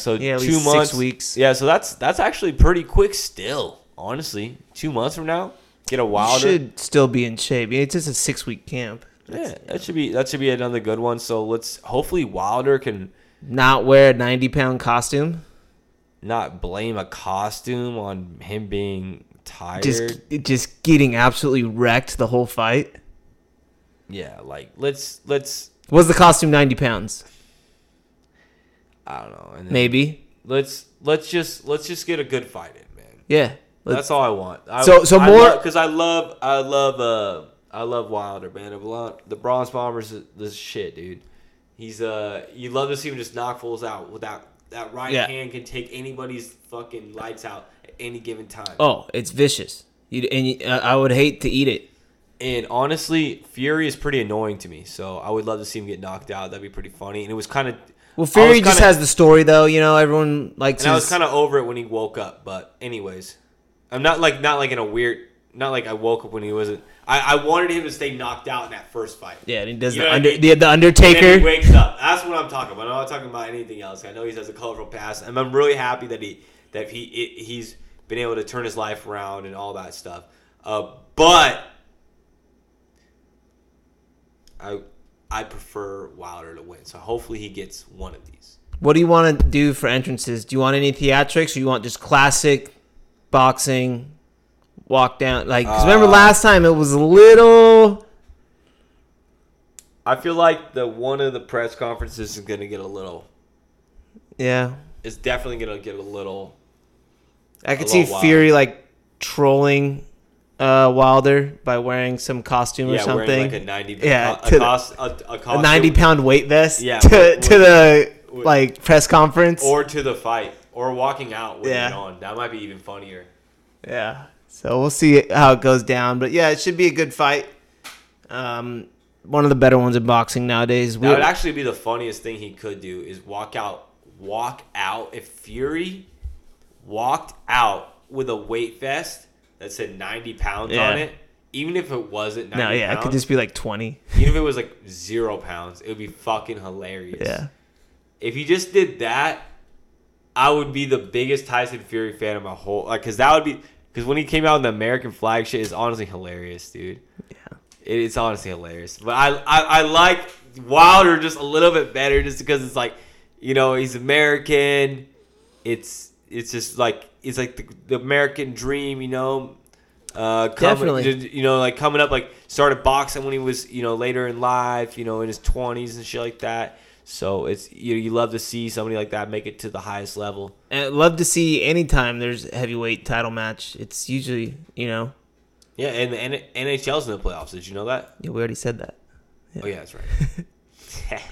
S2: so
S3: Yeah, at
S2: two
S3: least six
S2: months,
S3: weeks.
S2: Yeah, so that's that's actually pretty quick still, honestly, two months from now, get a wilder.
S3: Should still be in shape. It's just a six week camp.
S2: yeah, that should be that should be another good one. So let's hopefully Wilder can
S3: Not wear a ninety pound costume.
S2: not blame a costume on him being tired.
S3: Just just getting absolutely wrecked the whole fight.
S2: yeah, like let's let's
S3: Was the costume ninety pounds?
S2: I don't know. And then
S3: Maybe.
S2: let's let's just let's just get a good fight in, man.
S3: Yeah. Let's-
S2: That's all I want. I,
S3: So- so more-
S2: because I love I love uh I love Wilder man. The Bron- The Bronze Bomber's this shit, dude. He's uh you love to see him just knock fools out with that that right
S3: Yeah.
S2: hand can take anybody's fucking lights out at any given time.
S3: Oh, it's vicious. You and you, uh, I would hate to eat it.
S2: And honestly, Fury is pretty annoying to me. So I would love to see him get knocked out. That'd be pretty funny. And it was kind of
S3: Well, Fury just has the story though. You know, everyone likes.
S2: And I was
S3: his-
S2: kind of over it when he woke up. But anyways, I'm not like not like in a weird. Not like I woke up when he wasn't. I, I wanted him to stay knocked out in that first fight.
S3: Yeah, and he does
S2: You know
S3: the,
S2: what I
S3: under,
S2: mean?
S3: the, the
S2: And then he
S3: Undertaker.
S2: wakes up. That's what I'm talking about. I'm not talking about anything else. I know he has a colorful past, and I'm really happy that he that he it, he's been able to turn his life around and all that stuff. Uh, but I I prefer Wilder to win, so hopefully he gets one of these.
S3: What do you want to do for entrances? Do you want any theatrics, or you want just classic boxing walk down? Like, 'cause remember
S2: Uh,
S3: last time it was a little.
S2: I feel like the one of the press conferences is gonna get a little.
S3: Yeah,
S2: It's definitely gonna get a little.
S3: I could
S2: A
S3: see
S2: little wild.
S3: Fury like trolling uh, Wilder by wearing some costume or
S2: Yeah,
S3: something.
S2: wearing like a ninety. a,
S3: Yeah, to
S2: a,
S3: the-
S2: cos- a, a
S3: a
S2: costume
S3: 90 pound weight vest
S2: Yeah,
S3: to,
S2: with-
S3: to the
S2: with-
S3: like press conference
S2: or to the fight or walking out with
S3: Yeah.
S2: it on. That might be even funnier.
S3: yeah so we'll see how it goes down but yeah it should be a good fight um one of the better ones in boxing nowadays we,
S2: That would actually be the funniest thing he could do is walk out, walk out. If Fury walked out with a weight vest that said 90 pounds
S3: Yeah.
S2: on it, even if it wasn't 90
S3: no yeah it could
S2: pounds,
S3: just be like 20
S2: even if it was like zero pounds, it would be fucking hilarious.
S3: yeah
S2: If he just did that, I would be the biggest Tyson Fury fan of my whole like because that would be because when he came out in the American flag shit is honestly hilarious, dude. Yeah, it's honestly hilarious. But I I, I like Wilder just a little bit better just because it's like you know he's American. It's it's just like it's like the, the American dream, you know. Uh, coming,
S3: Definitely.
S2: did- you know, like coming up, like started boxing when he was, you know, later in life, you know, in his twenties and shit like that. So it's you, you love to see somebody like that make it to the highest level.
S3: and I'd love to see anytime there's a heavyweight title match it's usually you know
S2: Yeah, and the N- NHL's in the playoffs. Did you know that?
S3: yeah, we already said that
S2: Oh yeah, that's right.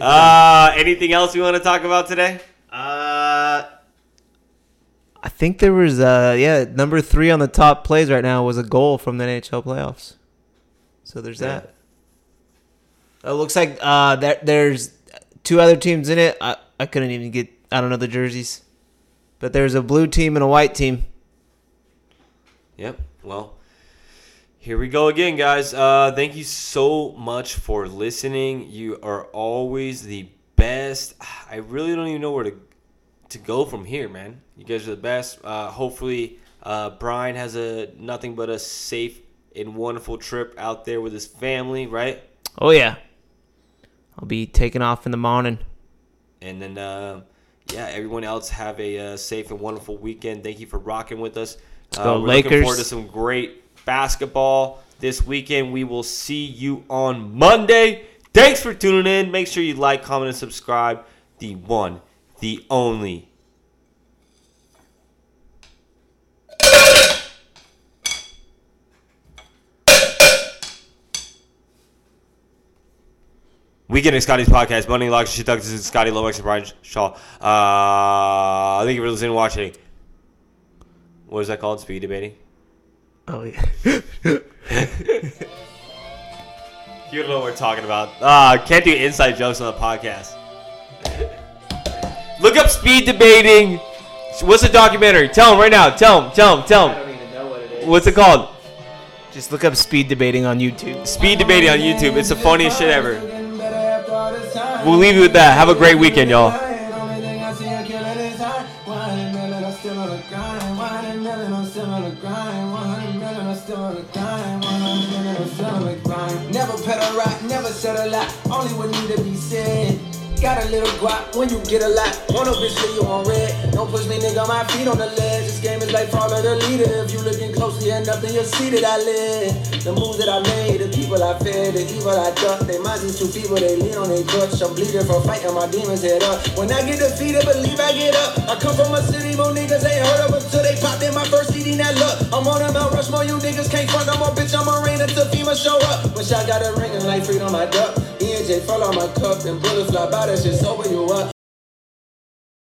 S2: uh, anything else we want to talk about today?
S3: uh I think there was uh yeah number three on the top plays right now was a goal from the NHL playoffs, so there's that. It looks like uh there, there's two other teams in it. I I couldn't even get I don't know the jerseys, but there's a blue team and a white team.
S2: Yep. Well, here we go again, guys. Uh, thank you so much for listening. You are always the best. I really don't even know where to to go from here, man. You guys are the best. Uh, hopefully, uh, Brian has a nothing but a safe and wonderful trip out there with his family, right?
S3: Oh yeah, I'll be taking off in the morning.
S2: And then, uh, yeah, everyone else have a uh, safe and wonderful weekend. Thank you for rocking with us. Uh,
S3: go,
S2: we're Looking
S3: Lakers.
S2: forward to some great basketball this weekend. We will see you on Monday. Thanks for tuning in. Make sure you like, comment, and subscribe. The one, the only. Weekend at Scotty's podcast, Monday Locks, Shit Talk. This is Scotty Lomax and Brian Shaw. Uh, thank you for listening and watching. What is that called? Speed debating?
S3: Oh yeah.
S2: You don't know what we're talking about. Uh, can't do inside jokes on the podcast. Look up speed debating. What's the documentary? Tell him right now. Tell him. Tell him. Tell him.
S3: even know what it is.
S2: What's it called?
S3: Just look up speed debating on YouTube.
S2: Speed debating on YouTube. It's the funniest shit ever. We'll leave you with that. Have a great weekend, y'all.
S5: Only thing I see a killing is high. Wine and melon, I still a lot, only what need to be said. Got a little guap when you get a lot. One up bitch say you on red. Don't push me, nigga, my feet on the ledge. This game is like follow the leader. If you looking closely enough, then you'll see that I live. The moves that I made, the people I feared, the evil I thought. They minds is two people, they lean on their crutch. I'm bleeding from fighting my demons head up. When I get defeated, believe I get up. I come from a city, more niggas ain't heard of until they popped in my first CD. Now look, I'm on a Mount Rushmore, you niggas can't front no more, bitch. I'm on rain until FEMA show up. Wish I got a ring and like freedom, I duck. E and J fall on my cup and bullets fly by, that shit sober you up.